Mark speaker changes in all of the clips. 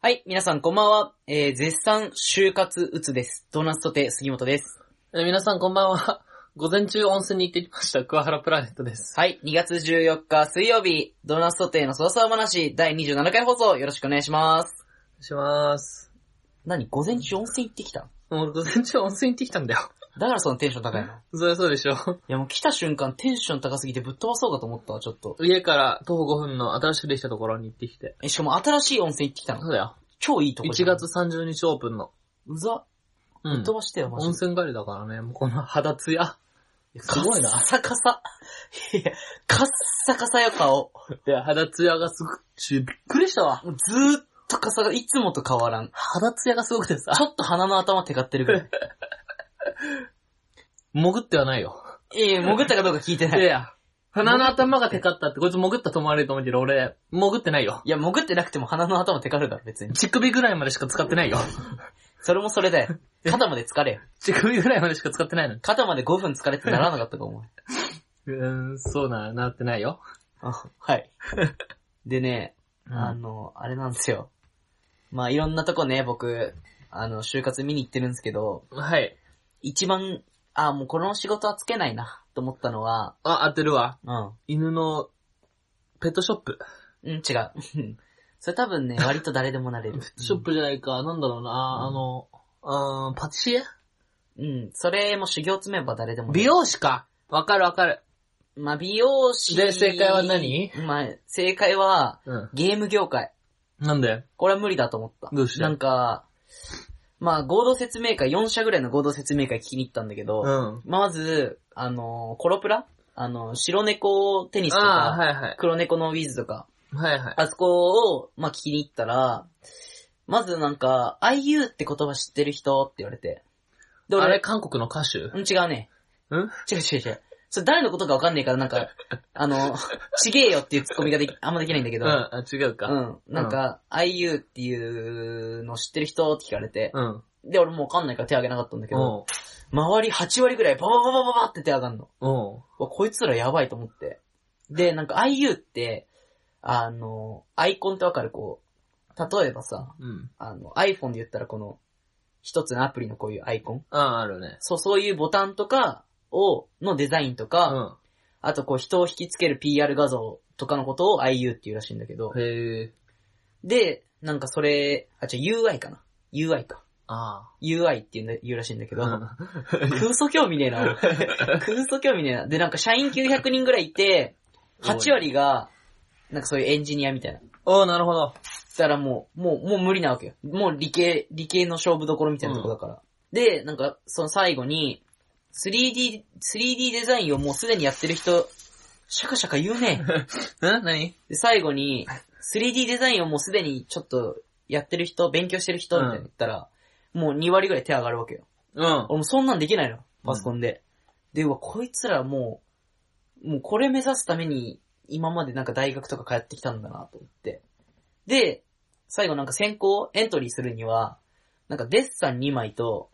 Speaker 1: はい、皆さんこんばんは。えー、絶賛就活うつです。ドーナツとて杉本です。
Speaker 2: えー皆さんこんばんは。 午前中温泉に行ってきました。桑原プラネットです。
Speaker 1: はい、2月14日水曜日、ドーナツとてのそわそわ話第27回放送よろしくお願いします。
Speaker 2: お願いします。
Speaker 1: 何午前中温泉行ってきた
Speaker 2: もう午前中温泉行ってきたんだよ。
Speaker 1: だからそのテンション高いの。い
Speaker 2: そりゃそうでしょ。
Speaker 1: やもう来た瞬間テンション高すぎてぶっ飛ばそうかと思ったわ、ちょっと。
Speaker 2: 家から徒歩5分の新しくできたところに行ってきて。
Speaker 1: え、しかも新しい温泉行ってきた
Speaker 2: そ
Speaker 1: の。
Speaker 2: うだよ。
Speaker 1: 超いいとこじ
Speaker 2: 1
Speaker 1: ゃん
Speaker 2: 月。30日オープンの。
Speaker 1: うざ、
Speaker 2: う
Speaker 1: ぶっ
Speaker 2: ん
Speaker 1: 飛。ばしてよ、マジ
Speaker 2: 温
Speaker 1: で。
Speaker 2: 泉帰りだからね、もうこの肌ツヤ。すごいな
Speaker 1: カッサカサ。いや、カッサカサよ、顔。
Speaker 2: いや、 肌ツヤがすごく、ちびっくりしたわ。
Speaker 1: もうずーっとカサがいつもと変わらん。
Speaker 2: 肌ツヤがすごくてさ
Speaker 1: ち。ょっと鼻の頭テカってるぐらい。
Speaker 2: 潜ってはないよ。
Speaker 1: え え潜ったかどうか聞いてないい。
Speaker 2: や、鼻の頭がテカったって、こいつ潜ったと思われると思うけど、俺、潜ってないよ。
Speaker 1: いや、潜ってなくても鼻の頭テカるだろ、別に。
Speaker 2: 乳首ぐらいまでしか使ってないよ。
Speaker 1: それもそれだよ。肩まで疲れよ。
Speaker 2: 乳首ぐらいまでしか使ってないのに。
Speaker 1: 肩まで5分疲れってならなかったか、 お前。
Speaker 2: うーん、そうな、なってないよ。
Speaker 1: あ はい。でね、
Speaker 2: うん
Speaker 1: あの、あれなんですよ。まあ、いろんなとこね、僕、あの、就活見に行ってるんですけど、
Speaker 2: はい。
Speaker 1: 一番、あもうこの仕事はつけないな、と思ったのは、
Speaker 2: あ、当てるわ。
Speaker 1: うん。
Speaker 2: 犬の、ペットショップ。
Speaker 1: うん、 違う。それ多分ね、割と誰でもな れる。
Speaker 2: ショップじゃないか、なんだろうな、あの、うーん、パティシエ
Speaker 1: うん、それも修行詰めば誰でもなれ
Speaker 2: 美
Speaker 1: る。
Speaker 2: 容師か。わかるわかる。
Speaker 1: まあ、美容師。
Speaker 2: で正解は何
Speaker 1: まあ、正解は、
Speaker 2: うん。
Speaker 1: ゲーム業界。
Speaker 2: なんで
Speaker 1: これは無理だと思った。
Speaker 2: どうして
Speaker 1: なんか、まあ合同説明会、4社ぐらいの合同説明会聞きに行ったんだけど、
Speaker 2: うん。
Speaker 1: まず、あの、コロプラあの、白猫テニスと
Speaker 2: ああ、
Speaker 1: か、
Speaker 2: はいはい。
Speaker 1: 黒猫のウィズとか、
Speaker 2: はいはい。
Speaker 1: あそこを、まあ聞きに行ったら、まずなんか、IU って言葉知ってる人って言われて。で、
Speaker 2: あれ、
Speaker 1: 俺、
Speaker 2: 韓国の歌手
Speaker 1: うん、違うね。
Speaker 2: うん
Speaker 1: 違う違う違う。それ誰のことかわかんねえから、なんか、あの、ちげえよっていうツッコミができ、あんまできないんだけ
Speaker 2: う
Speaker 1: ど、
Speaker 2: ん、あ違うか。
Speaker 1: うん。なんか、IU っていうの知ってる人って聞かれて、
Speaker 2: うん。
Speaker 1: で、俺もうわかんないから手挙げなかったんだけど、
Speaker 2: お
Speaker 1: 周り8割ぐらいババババババって手上がんの。
Speaker 2: うん。お
Speaker 1: うわ、こいつらやばいと思って。で、なんか IU って、あの、アイコンってわかるこう、例えばさ、
Speaker 2: うん。うん。
Speaker 1: あの、iPhone で言ったらこの、一つのアプリのこういうアイコン。
Speaker 2: ああ、あるね。
Speaker 1: そう、そういうボタンとかを、のデザインと
Speaker 2: う
Speaker 1: か、
Speaker 2: ん。
Speaker 1: あとこう人を引きつける PR 画像とかのことを IU っていうらしいんだけど、
Speaker 2: へえ。
Speaker 1: で、なんかそれ、あ、違う UI かな。UI か。
Speaker 2: あ
Speaker 1: UI っていうの言うらしいんだけ
Speaker 2: あ。
Speaker 1: ど、空想興味ねえ な、俺空想興味ねえな。で、なんか社員900人ぐらいいて、8割が、なんかそういうエンジニアみたいな。
Speaker 2: おー、なるほど。
Speaker 1: したらもう、もう、もう無理なわけよ。もう理系、理系の勝負どころみたいなとこだから。で、なんか、その最後に、3D、3D デザインをもうすでにやってる人、シャカシャカ言う ね。
Speaker 2: ん何
Speaker 1: で、最後に、3D デザインをもうすでにちょっとやってる人、勉強してる人みたいなの言ったら、もう2割ぐらい手上がるわけよ。
Speaker 2: うん。
Speaker 1: 俺もうそんなんできないの、パソコンで。で、うわ、こいつらもう、もうこれ目指すために、今までなんか大学とか通ってきたんだなと思って。で、最後なんか選考、エントリーするには、なんかデッサン2枚と、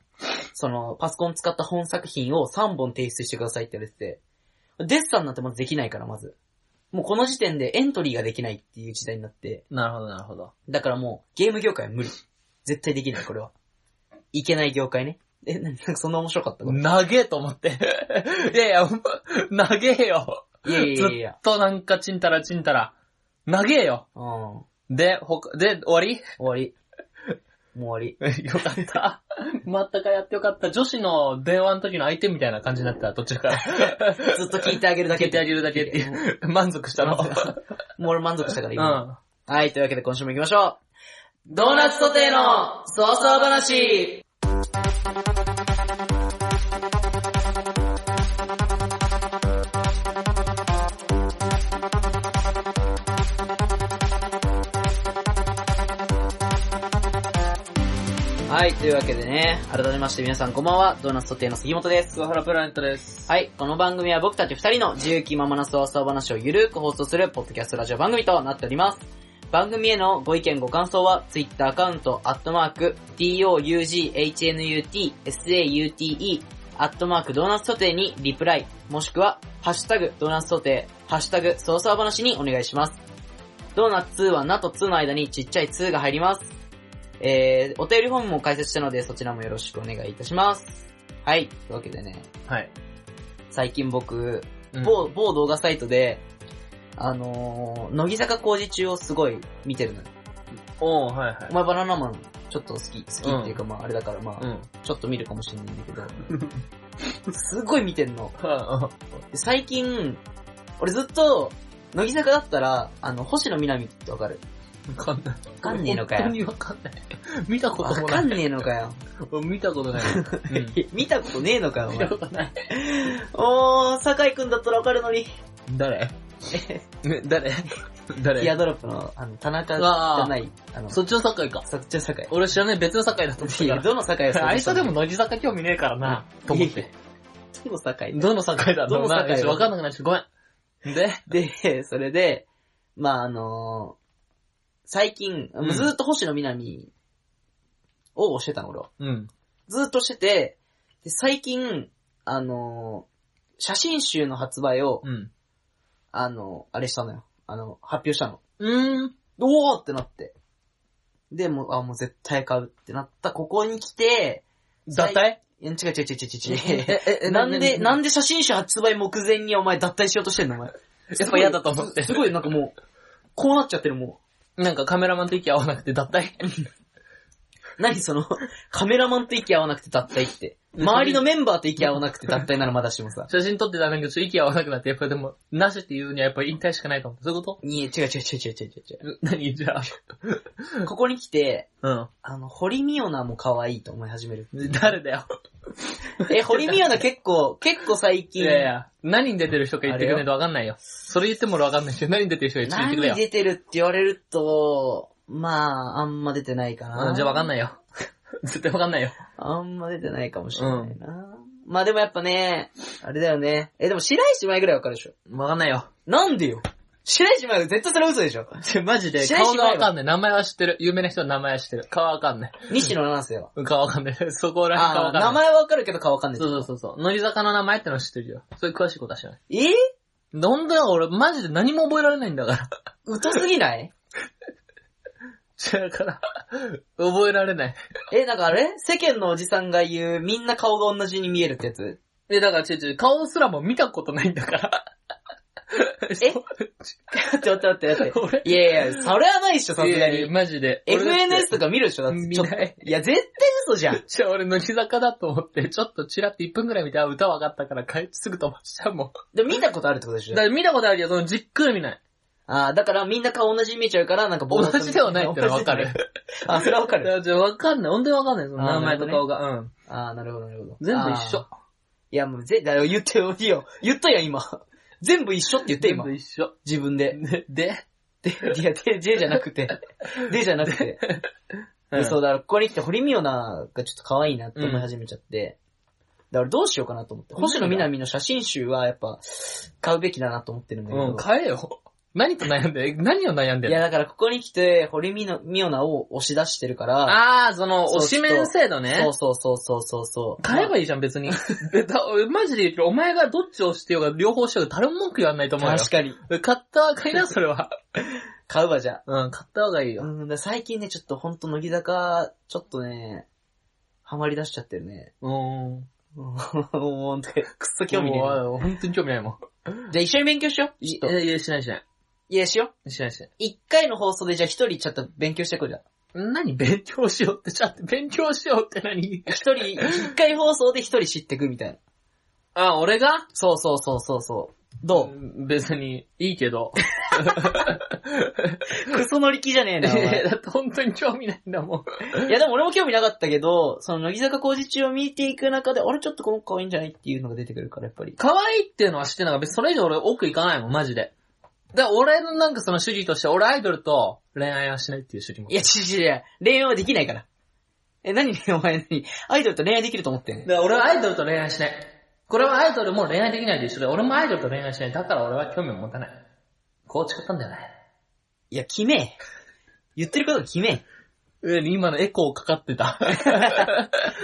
Speaker 1: そのパソコン使った本作品を3本提出してくださいって言われてて、デッサンなんてまずできないから、まず。もうこの時点でエントリーができないっていう時代になって、
Speaker 2: なるほど、なるほど。
Speaker 1: だからもうゲーム業界は無理。絶対できない、これは。いけない業界ね。え、 ななんかそんな面白かったこれ
Speaker 2: 長えと思って。 いやい や、長えよ。
Speaker 1: いやい
Speaker 2: ず
Speaker 1: やいや
Speaker 2: っ。となんかちんたらちんたら。長えよ。
Speaker 1: うん。終
Speaker 2: で、ほか、で、終
Speaker 1: わり。もう終わ
Speaker 2: わり よか った。まったかやってよかった。女子の電話の時の相手みたいな感じになってた、途中から。
Speaker 1: り。ずっと聞いてあげるだけ
Speaker 2: 聞いてあげるだけっていう。満足したの。
Speaker 1: もう俺満足したから
Speaker 2: う
Speaker 1: 今。
Speaker 2: ん。
Speaker 1: はい、というわけで今週も行きましょう。ドーナツソテーのそうそう話はい、というわけでね、改めまして皆さんこんばんは、ドーナツソテーの杉本です。
Speaker 2: 桑原プラネットです。
Speaker 1: はい、この番組は僕たち二人の自由気ままなそわそわ話をゆるく放送するポッドキャストラジオ番組となっております。番組へのご意見ご感想は、ツイッターアカウント、アットマーク、d-o-u-g-h-n-u-t、s-a-u-t-e、アットマークドーナツソテーにリプライ、もしくは、ハッシュタグドーナツソテー、ハッシュタグそわそわ話にお願いします。ドーナツ2はなと2の間にちっちゃい2が入ります。えー、お便りフォームも解説したので、そちらもよろしくお願いいたします。はい。というわけでね、
Speaker 2: はい。
Speaker 1: 最近僕、
Speaker 2: うん
Speaker 1: 某、某動画サイトで、あのー、乃木坂工事中をすごい見てるのよ。
Speaker 2: おー、はいはい
Speaker 1: お。前バナナマンちょっと好き、好きっていうかまああれだからま
Speaker 2: う
Speaker 1: あ、
Speaker 2: ん。
Speaker 1: ちょっと見るかもしれないんだけど、 すごい見てんの。
Speaker 2: は
Speaker 1: で最近、俺ずっと、乃木坂だったら、あの、星野みなみってわかる
Speaker 2: あわかんない。
Speaker 1: わかんねえのかよ
Speaker 2: 本当にわかんない。見たこ
Speaker 1: わ
Speaker 2: とも
Speaker 1: か
Speaker 2: なんい。
Speaker 1: ねえのかよ。
Speaker 2: 見たことない。うん
Speaker 1: いや 見たことねえのかよ、お
Speaker 2: 見た
Speaker 1: 前。
Speaker 2: ことない。
Speaker 1: おー、酒井くんだったらわかるのに。
Speaker 2: 誰ね誰
Speaker 1: ティア
Speaker 2: 誰
Speaker 1: ドロップの、あの、田中じ
Speaker 2: あー
Speaker 1: ゃない、あの、
Speaker 2: そっちの酒井か。
Speaker 1: そっちは酒井。
Speaker 2: 俺知らない別の酒井だと思って
Speaker 1: い
Speaker 2: た
Speaker 1: や、
Speaker 2: か
Speaker 1: どの酒井を
Speaker 2: ら。あ
Speaker 1: 想像
Speaker 2: い
Speaker 1: し
Speaker 2: つは
Speaker 1: た
Speaker 2: で
Speaker 1: の
Speaker 2: も乃木坂興味ねえからな、と思っ
Speaker 1: いや
Speaker 2: て
Speaker 1: い。どの酒井
Speaker 2: どの酒井だろう
Speaker 1: どの酒井だろう
Speaker 2: なちょっとわかんなくなっちゃう。ごめん。で、
Speaker 1: で、それで、まああの最近、
Speaker 2: うん
Speaker 1: ずーっと星野みなみをしてたの、俺は。
Speaker 2: うん。
Speaker 1: ずーっとしてて、で最近、あの写真集の発売を、
Speaker 2: うん。
Speaker 1: あのあれしたのよ。あの、発表したの。
Speaker 2: うーん。
Speaker 1: おーってなって。で、もう、あ、もう絶対買うってなった。ここに来て、
Speaker 2: 脱退
Speaker 1: いや違う違う違う違う違う。
Speaker 2: え、
Speaker 1: なんで、なんんで写真集発売目前にお前脱退しようとしてんのお 前。
Speaker 2: やっぱ嫌だと思って
Speaker 1: す。ごいなんかもう、こうなっちゃってるも
Speaker 2: なんかカメラマンと息合わなくて脱退。
Speaker 1: う。何その、カメラマンと息合わなくて脱退って。周りのメンバーと息合わなくて脱退ならまだしもさ。
Speaker 2: 写真撮ってたんだけど、ちょっと息合わなくなって、やっぱでも、なしっていうにはやっぱ引退しかないと思う。そういうこ
Speaker 1: いえ、違う違う違う違う違う違
Speaker 2: と何じゃあ。
Speaker 1: う。ここに来て、
Speaker 2: うん。
Speaker 1: あの、堀美央奈も可愛いと思い始め る。
Speaker 2: 誰だよ。
Speaker 1: え、堀美央奈結構、結構最
Speaker 2: い
Speaker 1: 近、
Speaker 2: やいや、何に出てる人か言ってくれないとわかんないよ。それ言っても俺わかんないし、何に出てる人か言って
Speaker 1: 何
Speaker 2: くれよ。
Speaker 1: 出てるって言われると、まあ、あんま出てないか
Speaker 2: う
Speaker 1: な。
Speaker 2: ん、じゃあわかん
Speaker 1: ない。
Speaker 2: ないよ。 絶対わかんないよ。
Speaker 1: あんま出てないかもしれないな。まあでもやっぱね、あれだよね。え、でも白石麻衣ぐらいわかるでしょ。
Speaker 2: わかんないよ。
Speaker 1: なんでよ白石麻衣絶対それ嘘でしょ。
Speaker 2: ちょ マジで、
Speaker 1: 試合しない
Speaker 2: 顔
Speaker 1: わ
Speaker 2: がわかんない。名前は知ってる。有名な人の名前は知ってる。顔はわかんない。
Speaker 1: 西野七瀬は。
Speaker 2: 顔わかんない。そこら辺顔
Speaker 1: あ
Speaker 2: わ
Speaker 1: あ、
Speaker 2: か
Speaker 1: 名
Speaker 2: んない。
Speaker 1: 前はわかるけど顔わかんない。
Speaker 2: そうそうそうそう。乃木坂の名前ってのは知ってるよ。そういう詳しいことは知らない。
Speaker 1: え
Speaker 2: なんだよ、俺マジで何も覚えられないんだから。
Speaker 1: 疎すぎない
Speaker 2: だから、 覚えられない。
Speaker 1: え、なんかあれ世間のおじさんが言う、みんな顔が同じに見えるってやつ
Speaker 2: え、だから、ちょちょ、顔すらも見たことないんだから。
Speaker 1: えちょっと待って待って待
Speaker 2: 俺
Speaker 1: って。いやいや、それはないっしょ、さすが
Speaker 2: いやいや
Speaker 1: に。
Speaker 2: マジで。
Speaker 1: FNS とか見るでしょだって
Speaker 2: 見
Speaker 1: ちょっと。
Speaker 2: ない
Speaker 1: いや、絶対嘘じゃん。
Speaker 2: じゃあ俺乃木坂だと思って、ちょっとチラって1分くらい見て、あ、歌分かったから帰ってすぐ飛ばしちゃうもん。
Speaker 1: でも見たことあるってことでし
Speaker 2: だ
Speaker 1: ょ
Speaker 2: から見たことあるよ、そのじっくり見ない。
Speaker 1: ああ、だからみんな顔同じに見えちゃうから、なんか
Speaker 2: 同
Speaker 1: 暴発
Speaker 2: じではないってのは分か
Speaker 1: 同
Speaker 2: る
Speaker 1: じ。じゃ ないあ、それはわか
Speaker 2: い
Speaker 1: る。
Speaker 2: や、じゃあ分かんない。本当に分かんない、その名前と顔が。うん。
Speaker 1: ああ、なるほど、なるほど。
Speaker 2: 全部一緒
Speaker 1: あ。ー。いや、もうぜ、だよ言ってよ、いいよ。言ったやん、今。全部一緒って言って、
Speaker 2: 全
Speaker 1: 今
Speaker 2: 部。一緒。
Speaker 1: 自分で。
Speaker 2: で、で、
Speaker 1: で、いや、で、でじゃなくて、でじゃなくて。
Speaker 2: うん
Speaker 1: でそうだから、ここに来て、堀美央奈がちょっと可愛いなって思い始めちゃって、だからどうしようかなと思って、星野みなみの写真集はやっぱ、買うべきだなと思ってるんだけ
Speaker 2: うん、
Speaker 1: ど。
Speaker 2: 変えよ。何と悩んで、何を悩んで
Speaker 1: い
Speaker 2: る
Speaker 1: や、だからここに来て、堀美央奈を押し出してるから、
Speaker 2: あー、その、
Speaker 1: そう
Speaker 2: 推しメン制度ね
Speaker 1: そう。そうそうそうそうそう。
Speaker 2: 買えばいいじゃん、別に。 でだマジで言うと、お前がどっちをしてようが両方してようが誰も文句言わないと思うよ。
Speaker 1: 確かに。
Speaker 2: 買った方がいいな、それは。
Speaker 1: 買うわ、じゃあ。
Speaker 2: うん、買った方がいいうよ。
Speaker 1: ん、だから最近ね、ちょっとほんと乃木坂、ちょっとね、ハマり出しちゃってるね。
Speaker 2: う ん。
Speaker 1: うん、ほんと、くっそ興味ねえな。
Speaker 2: もう本当に興味ないもん。
Speaker 1: じゃあ一緒に勉強しよう。
Speaker 2: い
Speaker 1: ちょっと。
Speaker 2: いや、しないしない。
Speaker 1: いや、しよう。
Speaker 2: しないしない。
Speaker 1: 一回の放送でじゃあ一人ちょっと勉強してこうじゃん。
Speaker 2: 何勉強しようって、ちゃって、勉強しようって何
Speaker 1: 一人、一回放送で一人知ってくみたいな。
Speaker 2: あ、俺が
Speaker 1: そうそうそうそうそう。どう、
Speaker 2: うん別に、いいけど。
Speaker 1: クソ乗り気じゃねえ
Speaker 2: い
Speaker 1: な、お
Speaker 2: や
Speaker 1: 前
Speaker 2: だって本当に興味ないんだもん。
Speaker 1: いやでも俺も興味なかったけど、その乃木坂工事中を見ていく中で、あれちょっとこの子可愛いんじゃないっていうのが出てくるから、やっぱり。
Speaker 2: 可愛いっていうのは知ってんだから、別にそれ以上俺奥行かないもん、マジで。だから俺のなんかその主義として、俺アイドルと恋愛はしないっていう主義も。
Speaker 1: いや、ちちや、恋愛はできないから。え、何お前何アイドルと恋愛できると思ってんの
Speaker 2: だから俺はアイドルと恋愛しない。これはアイドルも恋愛できないで一緒で、俺もアイドルと恋愛しない。だから俺は興味を持たない。こう誓ったんだよね。
Speaker 1: いや、決めえ。言ってることが決めえ。
Speaker 2: え、今のエコーかかってた。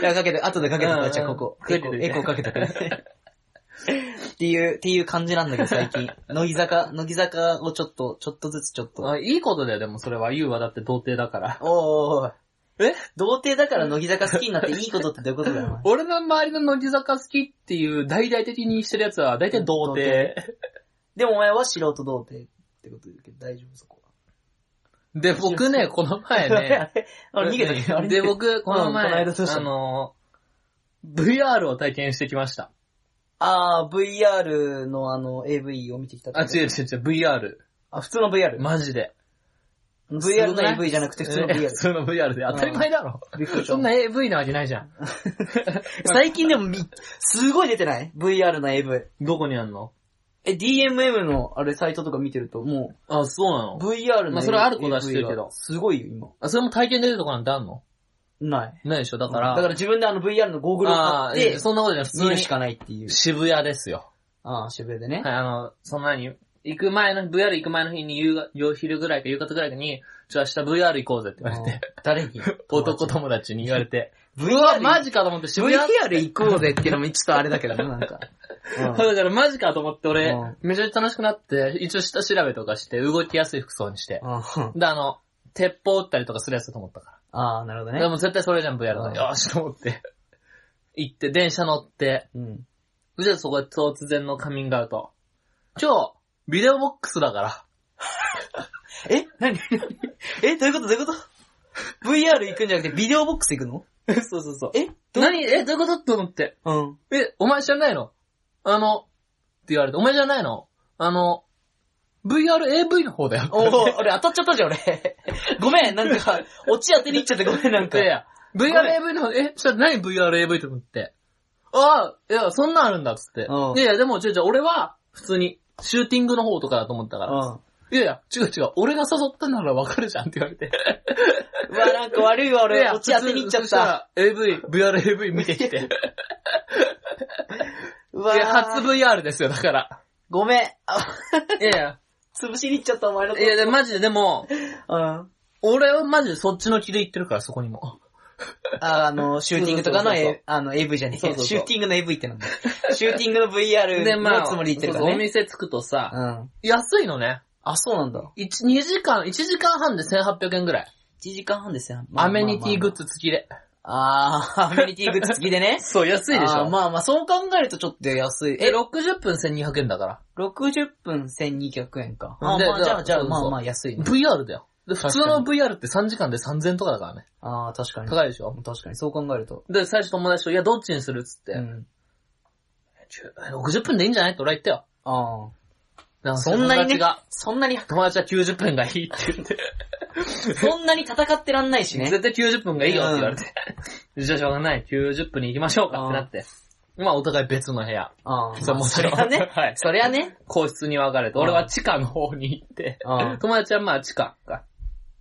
Speaker 1: いや、かけて、後でかけてく
Speaker 2: う
Speaker 1: れ、
Speaker 2: ん
Speaker 1: じゃあここ。
Speaker 2: か
Speaker 1: エ
Speaker 2: け
Speaker 1: コ
Speaker 2: て
Speaker 1: ー、
Speaker 2: ね
Speaker 1: エコーかけてくれ。っていう、っていう感じなんだけど、最 近。乃木坂、乃木坂をちょっと、ちょっとずつちょっと。
Speaker 2: あいいことだよ、でもそれは。ゆうはだって童貞だから。
Speaker 1: おーおーおー
Speaker 2: え
Speaker 1: 童貞だから乃木坂好きになっていいことってどういうことだよ、お前
Speaker 2: 俺の周りの乃木坂好きっていう大々的にしてるやつは大体童貞。
Speaker 1: でもお前は素人童貞ってこと言うけど大丈夫そこは。
Speaker 2: で、僕 ね、この前ね、
Speaker 1: あれ あれ逃げたけど、あれ
Speaker 2: で、僕、この前、
Speaker 1: この間どうした
Speaker 2: あの、VR を体験してきました。
Speaker 1: あー、VR のあの、AV を見てきたって
Speaker 2: あ、
Speaker 1: こと
Speaker 2: 違う違う違う、VR。
Speaker 1: あ、普通の VR。
Speaker 2: マジで。
Speaker 1: VR の AV じゃなくて普通の VR
Speaker 2: え。普通の VR で。当たり前だろ。
Speaker 1: びっくりした
Speaker 2: そんな AV なわけないじゃん。
Speaker 1: 最近でもみ、すごい出てない ?VR の AV。
Speaker 2: どこにあんの
Speaker 1: え、DMM のあれサイトとか見てると、も
Speaker 2: あ、そうな
Speaker 1: う、
Speaker 2: の
Speaker 1: VR の
Speaker 2: まあそれあることは知ってるけ
Speaker 1: AV
Speaker 2: ど
Speaker 1: がすごいよ、
Speaker 2: あ、それも体験で出るとこなんてあんの
Speaker 1: 今。ない。
Speaker 2: ないでしょ、だから。
Speaker 1: だから自分であの VR のゴーグルを
Speaker 2: あ
Speaker 1: 買
Speaker 2: あ
Speaker 1: っ
Speaker 2: ー、え
Speaker 1: て、
Speaker 2: そんなことじゃなくて、
Speaker 1: 見
Speaker 2: 普
Speaker 1: る
Speaker 2: 通
Speaker 1: し
Speaker 2: に
Speaker 1: かないっていう。
Speaker 2: 渋谷ですよ。
Speaker 1: ああ、渋谷でね。
Speaker 2: はい、あの、そんなに、行く前の、VR 行く前の日に夕が、夕昼ぐらいか夕方ぐらいに、じゃあ明日 VR 行こうぜって言われて、
Speaker 1: あー誰に
Speaker 2: 男友達に言われて、う
Speaker 1: VR
Speaker 2: わ、マジかと思って渋谷
Speaker 1: VR 行こうぜっていうのもちょっとあれだけど ね、なんか。うん
Speaker 2: そうだからマジかと思って俺
Speaker 1: うん、
Speaker 2: めちゃくちゃ楽しくなって、一応下調べとかして、動きやすい服装にして。
Speaker 1: うん
Speaker 2: で、あの、鉄砲撃ったりとかするやつだと思ったか
Speaker 1: ああ、なるほど
Speaker 2: ら。で
Speaker 1: ね。
Speaker 2: も絶対それじゃん、VR
Speaker 1: う
Speaker 2: だ。
Speaker 1: ん
Speaker 2: よーし、と思って。行って、電車乗って、
Speaker 1: うん。
Speaker 2: そしたらそこで突然のカミングアウト。今日、ビデオボックスだから。
Speaker 1: え何 えどういうことどういうこと ?VR 行くんじゃなくてビデオボックス行くの
Speaker 2: そうそうそう。
Speaker 1: えどう
Speaker 2: 何え、どういうことと思って。
Speaker 1: うん。
Speaker 2: え、お前知らないのあの、って言われて、お前じゃないのあの、VRAV の方だよ。
Speaker 1: おお、俺当たっちゃったじゃん、 俺。ごめん、なんか、オチ当てに行っちゃってごめん、なん
Speaker 2: い
Speaker 1: か。
Speaker 2: やいや、VRAV の方、え、そしたら何 VRAV と思って。ああ、いや、そんなんあるんだっつって。
Speaker 1: うん
Speaker 2: いやいや、でも、違う違う、俺は、普通に、シューティングの方とかだと思ったから。
Speaker 1: うん。
Speaker 2: いやいや、違う違う、俺が誘ったならわかるじゃんって言われ て。
Speaker 1: うわ、なんか悪いわ、
Speaker 2: い
Speaker 1: 俺。
Speaker 2: や
Speaker 1: オチ当てに行っちゃ
Speaker 2: そ
Speaker 1: っ
Speaker 2: した
Speaker 1: た。
Speaker 2: ら、AV、VRAV 見て きて。
Speaker 1: う
Speaker 2: い
Speaker 1: わ
Speaker 2: や、初 VR ですよ、だから。
Speaker 1: ごめん。 あ
Speaker 2: いやいや、
Speaker 1: 潰しに行っちゃった、お前のこと。
Speaker 2: いや、でマジで、でも、
Speaker 1: うん。
Speaker 2: 俺はマジでそっちの気で行ってるから、そこにも。
Speaker 1: ああ の、シューティングとかの
Speaker 2: そうそうそう
Speaker 1: A- あの AV じゃねえ
Speaker 2: そうそうそう
Speaker 1: シューティングの AV って なんだ。シューティングの VR
Speaker 2: で、まあ、
Speaker 1: のつもりで言ってるか
Speaker 2: そうそう
Speaker 1: ら
Speaker 2: お
Speaker 1: ね。
Speaker 2: 店着くとさ、
Speaker 1: うん。
Speaker 2: 安いのね。
Speaker 1: あ、そうなんだ。
Speaker 2: 一2時間、1時間半で1800円ぐらい。
Speaker 1: 1時間半ですよ。
Speaker 2: アメニティグッ。ズ付きで。。
Speaker 1: あ あ、アメニティグッズ付きでね
Speaker 2: そう、安
Speaker 1: あー
Speaker 2: まあ、
Speaker 1: まあまあ、そう考えるとちょっと安い。
Speaker 2: え、
Speaker 1: え、
Speaker 2: 60分1200円だから。
Speaker 1: 60分1200円か。あー
Speaker 2: で
Speaker 1: まあ、じゃあ、じゃ
Speaker 2: そ
Speaker 1: あ、
Speaker 2: うそう
Speaker 1: まあまあ安いね。
Speaker 2: VR だよ。で普
Speaker 1: 確
Speaker 2: 通
Speaker 1: か
Speaker 2: の
Speaker 1: に
Speaker 2: VR って3時間で3000とかだからね。
Speaker 1: ああ、確かに。
Speaker 2: 高いでしょ
Speaker 1: 確かに、そう考えると。
Speaker 2: で、最初友達と、いや、どっちにするっつって、
Speaker 1: うん。
Speaker 2: ちゅ60分でいいんじゃないって俺は言ったよ。
Speaker 1: あ
Speaker 2: な
Speaker 1: あ。
Speaker 2: んか
Speaker 1: そんなに
Speaker 2: 友達
Speaker 1: ね
Speaker 2: が、、
Speaker 1: そんなに、
Speaker 2: 友達は90分がいいって言って、
Speaker 1: そんなに戦ってらんないし ね。
Speaker 2: 絶対90分がいいよって言われて、じゃあしょうがない、90分に行きましょうかってなって。まあ、お互い別の部屋。
Speaker 1: ああ。
Speaker 2: そうもちろ
Speaker 1: そ
Speaker 2: ん、
Speaker 1: れはね
Speaker 2: はい
Speaker 1: それはね、
Speaker 2: 個室に分かれて、
Speaker 1: うん
Speaker 2: 俺は地下の方に行って
Speaker 1: うん、
Speaker 2: 友達はまあ地下か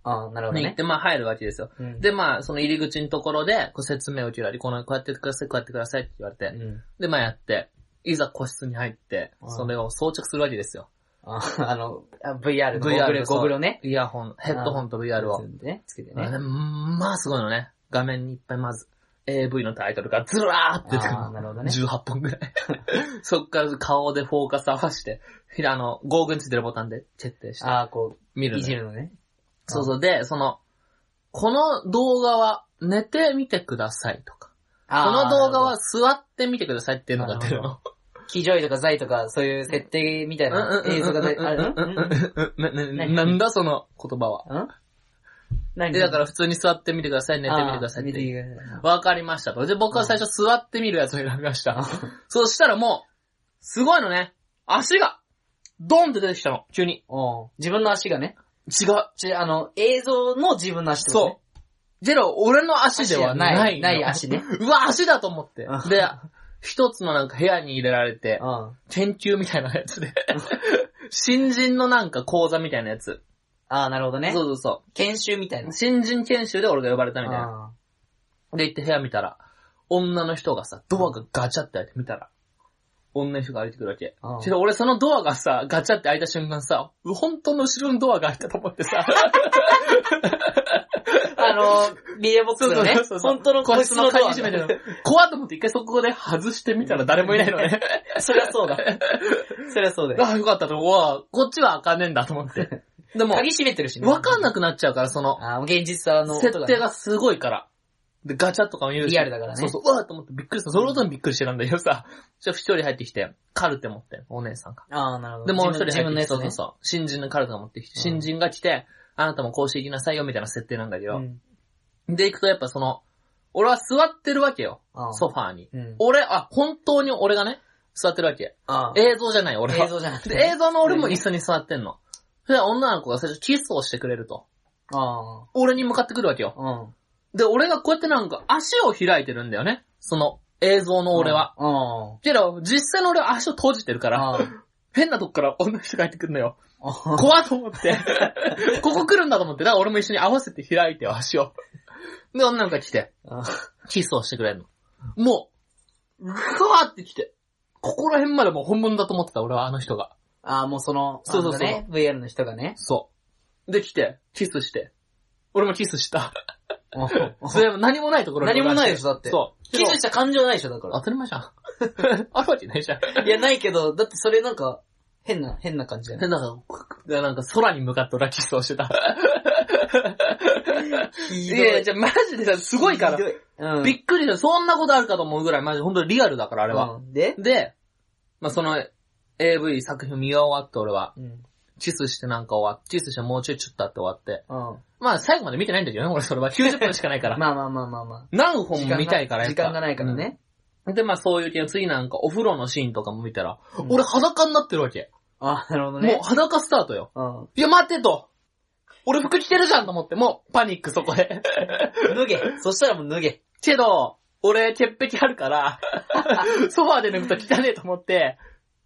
Speaker 1: ああ、なるほど
Speaker 2: に行っ
Speaker 1: ね。
Speaker 2: て、まあ入るわけですよ。
Speaker 1: うん
Speaker 2: で、まあ、その入り口のところで、こう説明を受けられ、この、こうやってください、こうやってくださいって言われ
Speaker 1: う
Speaker 2: て、
Speaker 1: ん。
Speaker 2: で、まあやって、いざ個室に入って、
Speaker 1: うん
Speaker 2: それを装着するわけですよ。
Speaker 1: あーあの、あ VR のゴ
Speaker 2: VR
Speaker 1: ーグル、
Speaker 2: そう
Speaker 1: ゴーグルをね。
Speaker 2: イヤホン、ヘッドホンと VR を。
Speaker 1: ね、つけて
Speaker 2: まあ
Speaker 1: ね
Speaker 2: で。もまあすごいのね。画面にいっぱいまず、AV のタイトルがずらーって出てく
Speaker 1: あーなるほどね
Speaker 2: 18本ぐらい。 そっから顔でフォーカス合わせて、ひらあの、ゴーグルについてるボタンで決定して、
Speaker 1: ああ、こ
Speaker 2: 見
Speaker 1: う、
Speaker 2: る
Speaker 1: い
Speaker 2: の
Speaker 1: じ
Speaker 2: よ。
Speaker 1: るのね。
Speaker 2: そうそう。で、その、この動画は寝てみてくださいとか、
Speaker 1: あ
Speaker 2: こ
Speaker 1: あ
Speaker 2: の動画は、座ってみてくださいっていうのが出るの。
Speaker 1: キジョイとかザイとか、そういう設定みたいな映像が出、あれ、うんうんうん
Speaker 2: なななんだその言葉は。
Speaker 1: うん何
Speaker 2: で、だから普通に座ってみてください、寝てみてくださ
Speaker 1: あ
Speaker 2: いっ
Speaker 1: ー見
Speaker 2: て
Speaker 1: て
Speaker 2: いう。
Speaker 1: みてください。
Speaker 2: わかりましたと。で、僕は最初座ってみるやつを選びました。 そうしたらもう、すごいのね。足が、ドンって出てきたの、急に。
Speaker 1: おう自分の足がね。
Speaker 2: 違う。
Speaker 1: ちあの、映像の自分の足ってことね
Speaker 2: そう。ジェロ、俺の足ではない。
Speaker 1: 足じゃないない足ね。
Speaker 2: うわ、足だと思って
Speaker 1: う。ん
Speaker 2: で、一つのなんか部屋に入れられて、
Speaker 1: うん。
Speaker 2: 研究みたいなやつで。 新人のなんか講座みたいなやつ。
Speaker 1: ああ、なるほどね
Speaker 2: そ。うそうそ。
Speaker 1: 研修みたいうな。
Speaker 2: 新人研修で俺が呼ばれたみたいな。
Speaker 1: あ
Speaker 2: で、行って部屋見たら、女の人がさ、ドアがガチャって開いて見たら、女の人が歩いてくるわけ。
Speaker 1: うん
Speaker 2: そして俺そのドアがさ、ガチャって開いた瞬間さ、本当の後ろのドアが開いたと思っ てさ、
Speaker 1: ーあの、ビデオボックスのね
Speaker 2: そうそうそう、そう
Speaker 1: 本当の個室のドア
Speaker 2: 個室の鍵閉めてる。怖っと思って一回そこで外してみたら誰もいない のね。
Speaker 1: そりゃそうだ。そりゃそうだよ。
Speaker 2: あ、よかったと思う。うわこっちは開かねえんだと思って。でも、
Speaker 1: 鍵閉めてるしね。
Speaker 2: わかんな
Speaker 1: く
Speaker 2: くなっちゃうから、その、
Speaker 1: あー、現実さの
Speaker 2: 設
Speaker 1: 音がね、
Speaker 2: 定がすごいから。で、ガチャとかも言うし。
Speaker 1: リアルだからね
Speaker 2: そうそう、うわーと思ってびっくりした。その音にびっくりしてたんだけどさ、じゃあ一人入ってきて、カルテ持って、お姉さんが。
Speaker 1: ああ、なるほど。
Speaker 2: で、もう一人入ってきて
Speaker 1: 自分のやつ
Speaker 2: そうそ
Speaker 1: ね
Speaker 2: う。そう新人のカルテが持ってき
Speaker 1: う
Speaker 2: て、
Speaker 1: ん
Speaker 2: 新人が来て、あなたもこうしていきなさいよ、みたいな設定なんだけ
Speaker 1: う
Speaker 2: ど。
Speaker 1: ん
Speaker 2: で、行くとやっぱその、俺は座ってるわけよ。
Speaker 1: あー
Speaker 2: ソファーに。
Speaker 1: うん。
Speaker 2: 俺、あ、本当に俺がね、座ってるわけ。
Speaker 1: あー
Speaker 2: 映像じゃない、俺は。
Speaker 1: 映像じゃなくて。
Speaker 2: で、映像の俺も椅子に座ってんの。それで女の子が最初キスをしてくれると。
Speaker 1: あ
Speaker 2: 俺に向かってくるわけよ。
Speaker 1: あ。うん。
Speaker 2: で、俺がこうやってなんか足を開いてるんだよね。その映像の俺は。。
Speaker 1: うん。
Speaker 2: けど、実際の俺は足を閉じてるから、
Speaker 1: あー
Speaker 2: 変なとこから女の人が入ってくるのよ。
Speaker 1: あー。
Speaker 2: 怖っと 思って。ここ来るんだと思って、だから俺も一緒に合わせて開いてよ、足を。で、女の子が来て、
Speaker 1: あ
Speaker 2: キスをしてくれるの。もう、ぐわーって来て、ここら辺までもう本物だと思ってた、俺はあの人が。
Speaker 1: あー、もうその、
Speaker 2: そうそうそう
Speaker 1: あのね、VR の人がね。
Speaker 2: そう。で、来て、キスして。俺もキ スした。
Speaker 1: うん
Speaker 2: それも何もないところに
Speaker 1: 何もないでしょ、だって。
Speaker 2: そう。
Speaker 1: キスした感情ないでしょ、だか
Speaker 2: 当
Speaker 1: ら。
Speaker 2: たり前じ ゃん。あるわけないじゃん。
Speaker 1: いや、ないけど、だってそれなんか、変な、変な感じだよね。
Speaker 2: なんか、なんか空に向かって俺はキスをしてた。い
Speaker 1: ひどい
Speaker 2: やいや、じゃあマジでさ、すごいから
Speaker 1: ひ。どうん。
Speaker 2: びっくりした。そんなことあるかと思うぐらい、マジ本当にリアルだから、あれは。
Speaker 1: うんで
Speaker 2: で、まあ、その AV 作品見終わって俺は、
Speaker 1: うん。
Speaker 2: キスしてなんか終わって、キスしてもうちょいちょっとあって終わって。
Speaker 1: うん。
Speaker 2: まあ、最後まで見てないんだけどね、俺それは。90分し かないから。
Speaker 1: まあまあまあまあまあ。
Speaker 2: 何本も見たいから、やっ
Speaker 1: 時
Speaker 2: ぱ
Speaker 1: 間がないから。ね。
Speaker 2: うんで、まあそういう系の次なんかお風呂のシーンとかも見たら、
Speaker 1: うん
Speaker 2: 俺裸になってるわけ。
Speaker 1: あ、なるほど
Speaker 2: もう
Speaker 1: ね。
Speaker 2: 裸スタートよ。
Speaker 1: うん。
Speaker 2: いや、待てと。俺服着てるじゃんと思って、もうパニックそこで。
Speaker 1: 脱げ。そしたらもう脱げ。
Speaker 2: けど、俺潔癖あるから、 ソファーで脱ぐと汚ねえと思って、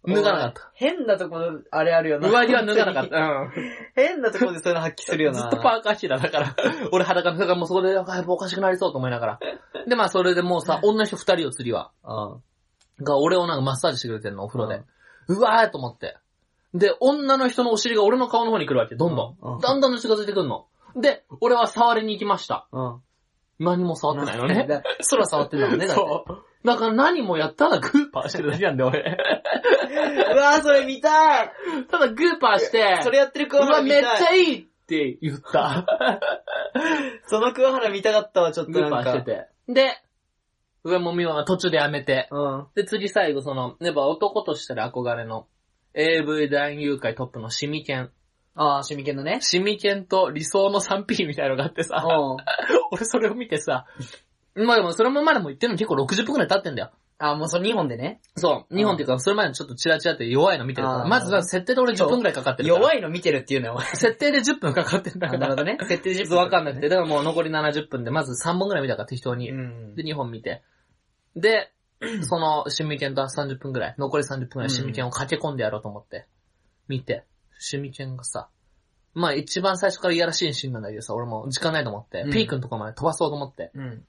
Speaker 2: 脱がなかっ
Speaker 1: おい。変なところ、あれあるよ
Speaker 2: た。
Speaker 1: な。
Speaker 2: 上着は脱がなかっ
Speaker 1: 本
Speaker 2: た。うん。
Speaker 1: 当に。変なところでそういうの発揮するよな。
Speaker 2: ずっとパーカーしてた。だから、俺裸のだからもうそこで、やっぱおかしくなりそうと思いながら。で、まあそれでもうさ、女の人二人よ、次は。
Speaker 1: うん。
Speaker 2: が俺をなんかマッサージしてくれてんの、お風呂
Speaker 1: う
Speaker 2: で
Speaker 1: ん。
Speaker 2: うわーと思って。で、女の人のお尻が俺の顔の方に来るわけ、どんど
Speaker 1: うんうん
Speaker 2: ん。だんだん近づいてくんの。で、俺は触りに行きました。
Speaker 1: うん。
Speaker 2: 何も触ってないのね。
Speaker 1: だ。空触ってんだもんね、だって。
Speaker 2: そう。だから何もやっただグーパーしてるだけなんで俺。
Speaker 1: うわー、それ見たい
Speaker 2: ただグーパーして、
Speaker 1: それやってる
Speaker 2: う
Speaker 1: 桑
Speaker 2: わ、
Speaker 1: 原見
Speaker 2: めっち
Speaker 1: たい。
Speaker 2: ゃいいって言 った。
Speaker 1: その桑原見たかったわ、ちょっと
Speaker 2: グーパ
Speaker 1: なん
Speaker 2: ーして
Speaker 1: か。
Speaker 2: て。で、上もみは途中でやめて。
Speaker 1: うん。
Speaker 2: で、次最後その、やっぱ男としての憧れの AV 男優界トップのシミケン。
Speaker 1: ああ、シミケンのね。
Speaker 2: シミケンと理想の 3P みたいのがあって
Speaker 1: う
Speaker 2: さ、
Speaker 1: ん。
Speaker 2: 俺それを見てさ、まあでもそれもまでも言ってるの結構60分くらい経ってんだよ。
Speaker 1: ああ、もうその2本でね。
Speaker 2: そう。日本っていうか、それまでちょっとチラチラって弱いの見てるか
Speaker 1: あ
Speaker 2: ら。
Speaker 1: ー
Speaker 2: まずは設定で俺10分くらいかかってるから。
Speaker 1: 弱
Speaker 2: い
Speaker 1: いの見てるっていうのは、
Speaker 2: 設定で10分かかってんだか
Speaker 1: なるほど
Speaker 2: ら。
Speaker 1: ね。設定
Speaker 2: ちょ
Speaker 1: 10
Speaker 2: っとわかんなくて。だからもう残り70分で、まず3本くらい見たから適当に
Speaker 1: う。ん
Speaker 2: で、。2本見て。 で、その、シミケンと30分くらい、残り30分くらいシミケンを駆け込んでやろうと思って、見て、シミケンがさ、まあ一番最初からいやらしいシーンなんだけどさ、俺も時間ないと思って、
Speaker 1: うん
Speaker 2: ピークのとこまで飛ばそうと思って、
Speaker 1: うん。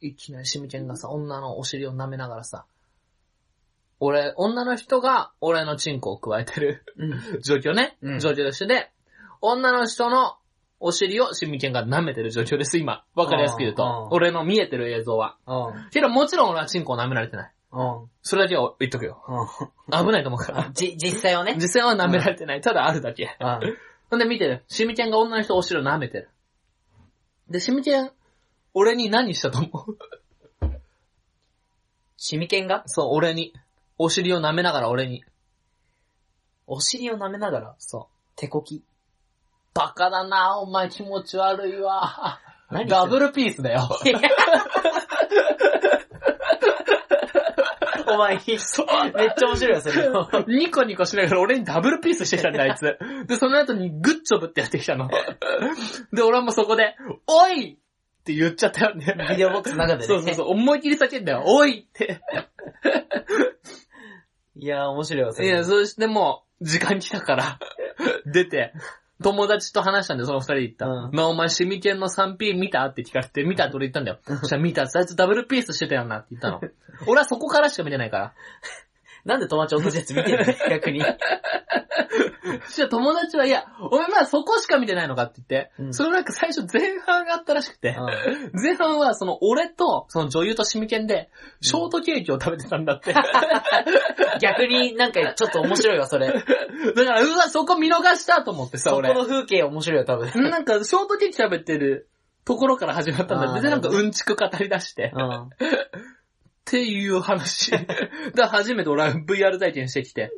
Speaker 2: いきなりシミケンがさ、女のお尻を舐めながらさ、俺、女の人が俺のチンコを加えてる
Speaker 1: うん。
Speaker 2: 状況ね、
Speaker 1: うん
Speaker 2: 状況としてで、女の人のお尻をシミケンが舐めてる状況です、今。わかりやすく言う
Speaker 1: あーあー。
Speaker 2: と俺の見えてる映像は。
Speaker 1: うん。
Speaker 2: けどもちろん俺はチンコを舐められてない。
Speaker 1: うん。
Speaker 2: それだけは言っとくよ。
Speaker 1: う
Speaker 2: 危ないと思うか ら
Speaker 1: ん。。じ、実際はね。
Speaker 2: 実際は舐められてない。ただあるだけ。
Speaker 1: うん。
Speaker 2: ほんで見てる。シミちゃんが女の人お尻を舐めてる。で、シミちゃん、俺に何したと思 う
Speaker 1: シミケンが
Speaker 2: そう、俺に。お尻を舐めながら俺に。
Speaker 1: お尻を舐めながら、
Speaker 2: そう。
Speaker 1: 手こき。
Speaker 2: バカだなお前気持ち悪いわ。
Speaker 1: 何
Speaker 2: ダブ
Speaker 1: ル
Speaker 2: ルピースだよ。
Speaker 1: お前、めっちゃ面白いわ、それ。
Speaker 2: ニコニコしながら俺にダブルピースしてきたんだ、あい つ。で、その後にグッチョブってやってきたの。 で、俺はもうそこで、おいって言っちゃったよね。
Speaker 1: ビデオボックスの中でね。
Speaker 2: そうそうそう、思い切り叫んだよ。おいって。
Speaker 1: いやー、面白いわ、そ
Speaker 2: い
Speaker 1: れ。
Speaker 2: や、そしてもう、時間来たから、 出て、友達と話したんで、その二人で行った。
Speaker 1: うん
Speaker 2: まあ、お前、シミケンの 3P 見たって聞かれて、見たって俺言った んだよ。そしたら見たって、あいつダブルピースしてたよなって言ったの。俺はそこからしか見てないから。
Speaker 1: なんで友達同じやつ見てるの逆に。
Speaker 2: じゃあ友達は、いや、お前まあそこしか見てないのかって言って、
Speaker 1: うん
Speaker 2: それもなんか最初前半があったらしくて、
Speaker 1: う
Speaker 2: 前半はその俺とその女優とシミケンで、ショートケーキを食べてたんだって。
Speaker 1: ん逆になんかちょっと面白いわ、それ。
Speaker 2: だから、うわ、そこ見逃したと思って
Speaker 1: そ
Speaker 2: さ、
Speaker 1: こ
Speaker 2: 俺。
Speaker 1: の風景面白いわ、多分。
Speaker 2: なんか、ショートケーキ食べてるところから始まったんだ
Speaker 1: あ
Speaker 2: っ
Speaker 1: ー
Speaker 2: て。で、なんか、うんちく語り出して。っ
Speaker 1: うん。
Speaker 2: ていう話。 だから初めて俺は VR 体験してきて。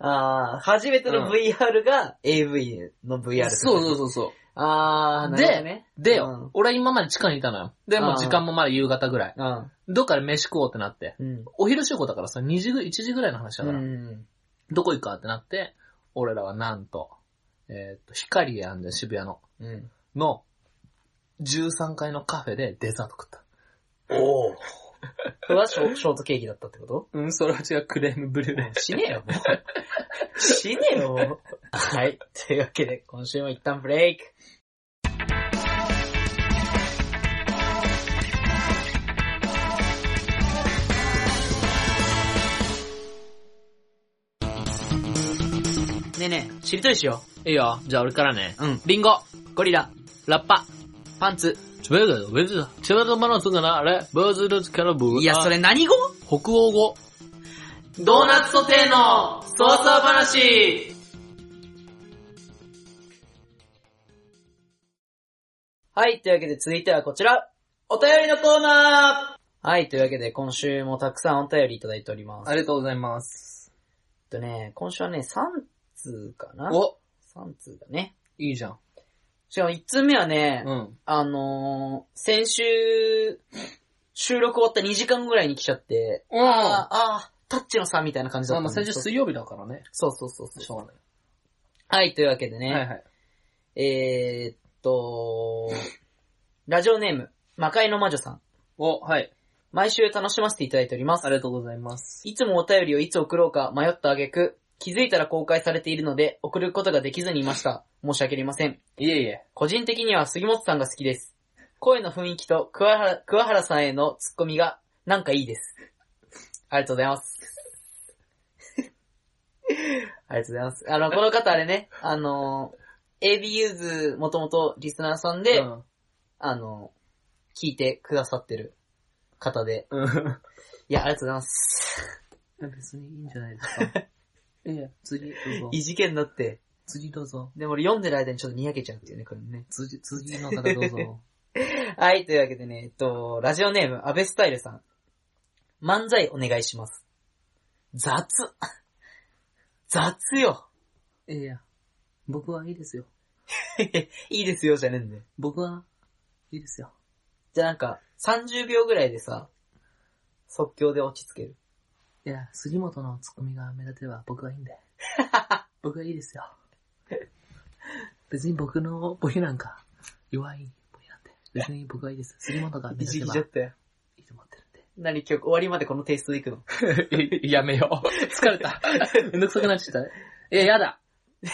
Speaker 1: ああ、初めての
Speaker 2: うん
Speaker 1: VR が AV の VR。
Speaker 2: そうそう
Speaker 1: う。
Speaker 2: そうそ
Speaker 1: ああ、なるほどね。
Speaker 2: う。で、
Speaker 1: うん
Speaker 2: 俺今まで地下にいたのよ。で、もう時間もまだ夕方ぐらい。
Speaker 1: うん。
Speaker 2: どっかで飯食おうってなって。
Speaker 1: うん。
Speaker 2: お昼集合だからさ、2時ぐ、1時ぐらいの話だから。
Speaker 1: うん。
Speaker 2: どこ行くかってなって、俺らはなんと、えーっと、光であんじゃん、渋谷の。
Speaker 1: うん。
Speaker 2: の、13階のカフェでデザート食った。
Speaker 1: おお。それはショショートケーキだったってこと
Speaker 2: うん、それは違う、クレームブリュレ。
Speaker 1: 死ねよ、もう。死ねよ、もう。はい。というわけで、今週も一旦ブレイク。ねえねえ、しりとりしよ
Speaker 2: いいよ、じゃあ俺からね。
Speaker 1: う。うん。
Speaker 2: リンゴ、
Speaker 1: ゴリラ、
Speaker 2: ラッパ、
Speaker 1: パンツ。
Speaker 2: チベルだよ、ベルだ。チベルマナスかなあれブーズルズキャラブー。
Speaker 1: いや、そ。れ何語
Speaker 2: 北欧語。
Speaker 1: ドーナツソテーの
Speaker 2: ソース
Speaker 1: 話はい、というわけで続いてはこちら。お便りのコーナーはい、というわけで今週もたくさんお便りいただいております。えっ
Speaker 2: りがとうございます。
Speaker 1: とね、今週はね、3通かな
Speaker 2: お、
Speaker 1: ?3 通だね。
Speaker 2: いいじゃん。
Speaker 1: しかも1通目はね、
Speaker 2: うん。
Speaker 1: あのー、先週、収録終わった2時間ぐらいに来ちゃって、
Speaker 2: うん
Speaker 1: あーあー、タッチの差みたいな感じだ
Speaker 2: ま
Speaker 1: った
Speaker 2: あ
Speaker 1: ん
Speaker 2: まあ
Speaker 1: です
Speaker 2: 先
Speaker 1: けど
Speaker 2: 週水曜日だからね。
Speaker 1: そうそうそうそう。
Speaker 2: しょうがな
Speaker 1: はい、というわけで
Speaker 2: い。
Speaker 1: ね、
Speaker 2: はいはい。
Speaker 1: えー、っと、ラジオネーム、魔界の魔女さん。
Speaker 2: お、はい。
Speaker 1: 毎週楽しませていただいております
Speaker 2: あ。りがとうございます。
Speaker 1: いつもお便りをいつ送ろうか迷った挙句、気づいたら公開されているので、送ることができずにいました。申し訳ありません。
Speaker 2: いえいえ。
Speaker 1: 個人的には杉本さんが好きです。声の雰囲気と桑原桑原さんへのツッコミがなんかいいです。ありがとうございます。ありがとうございます。あの、この方あれね、あの、AB ユーズもともとリスナーさんで、
Speaker 2: うん
Speaker 1: あの、聞いてくださってる方で。
Speaker 2: うん。
Speaker 1: いや、ありがとうございます。
Speaker 2: 別にいいんじゃないですか。 いや、次、どうぞ
Speaker 1: 異次元だって。
Speaker 2: 次どうぞ。
Speaker 1: でも俺読んでる間にちょっとにやけちゃうっていうね、これね。
Speaker 2: 次、次の方どうぞ。
Speaker 1: はい、というわけでね、えっと、ラジオネーム、安倍スタイルさん。漫才お願いします。雑。 雑よ。
Speaker 2: いやいや、僕はいいですよ。
Speaker 1: いいですよ、じゃねえんだよ。
Speaker 2: 僕は、いいですよ。
Speaker 1: じゃあなんか、30秒ぐらいでさ、即興で落ち着ける。
Speaker 2: いや、杉本のツッコミが目立てば僕はいいん で。僕はいいですよ。別に僕のボケなんか弱いボケなんで。別に僕はいいです。杉本が目
Speaker 1: い
Speaker 2: 立
Speaker 1: じ
Speaker 2: て
Speaker 1: き
Speaker 2: ば
Speaker 1: ちゃったよ。
Speaker 2: いいと思って
Speaker 1: 何今日終わりまでこのテイストでいくの
Speaker 2: るん で。やめよう。疲れ た。めんどくさくなっちゃった。いや、やだ。
Speaker 1: う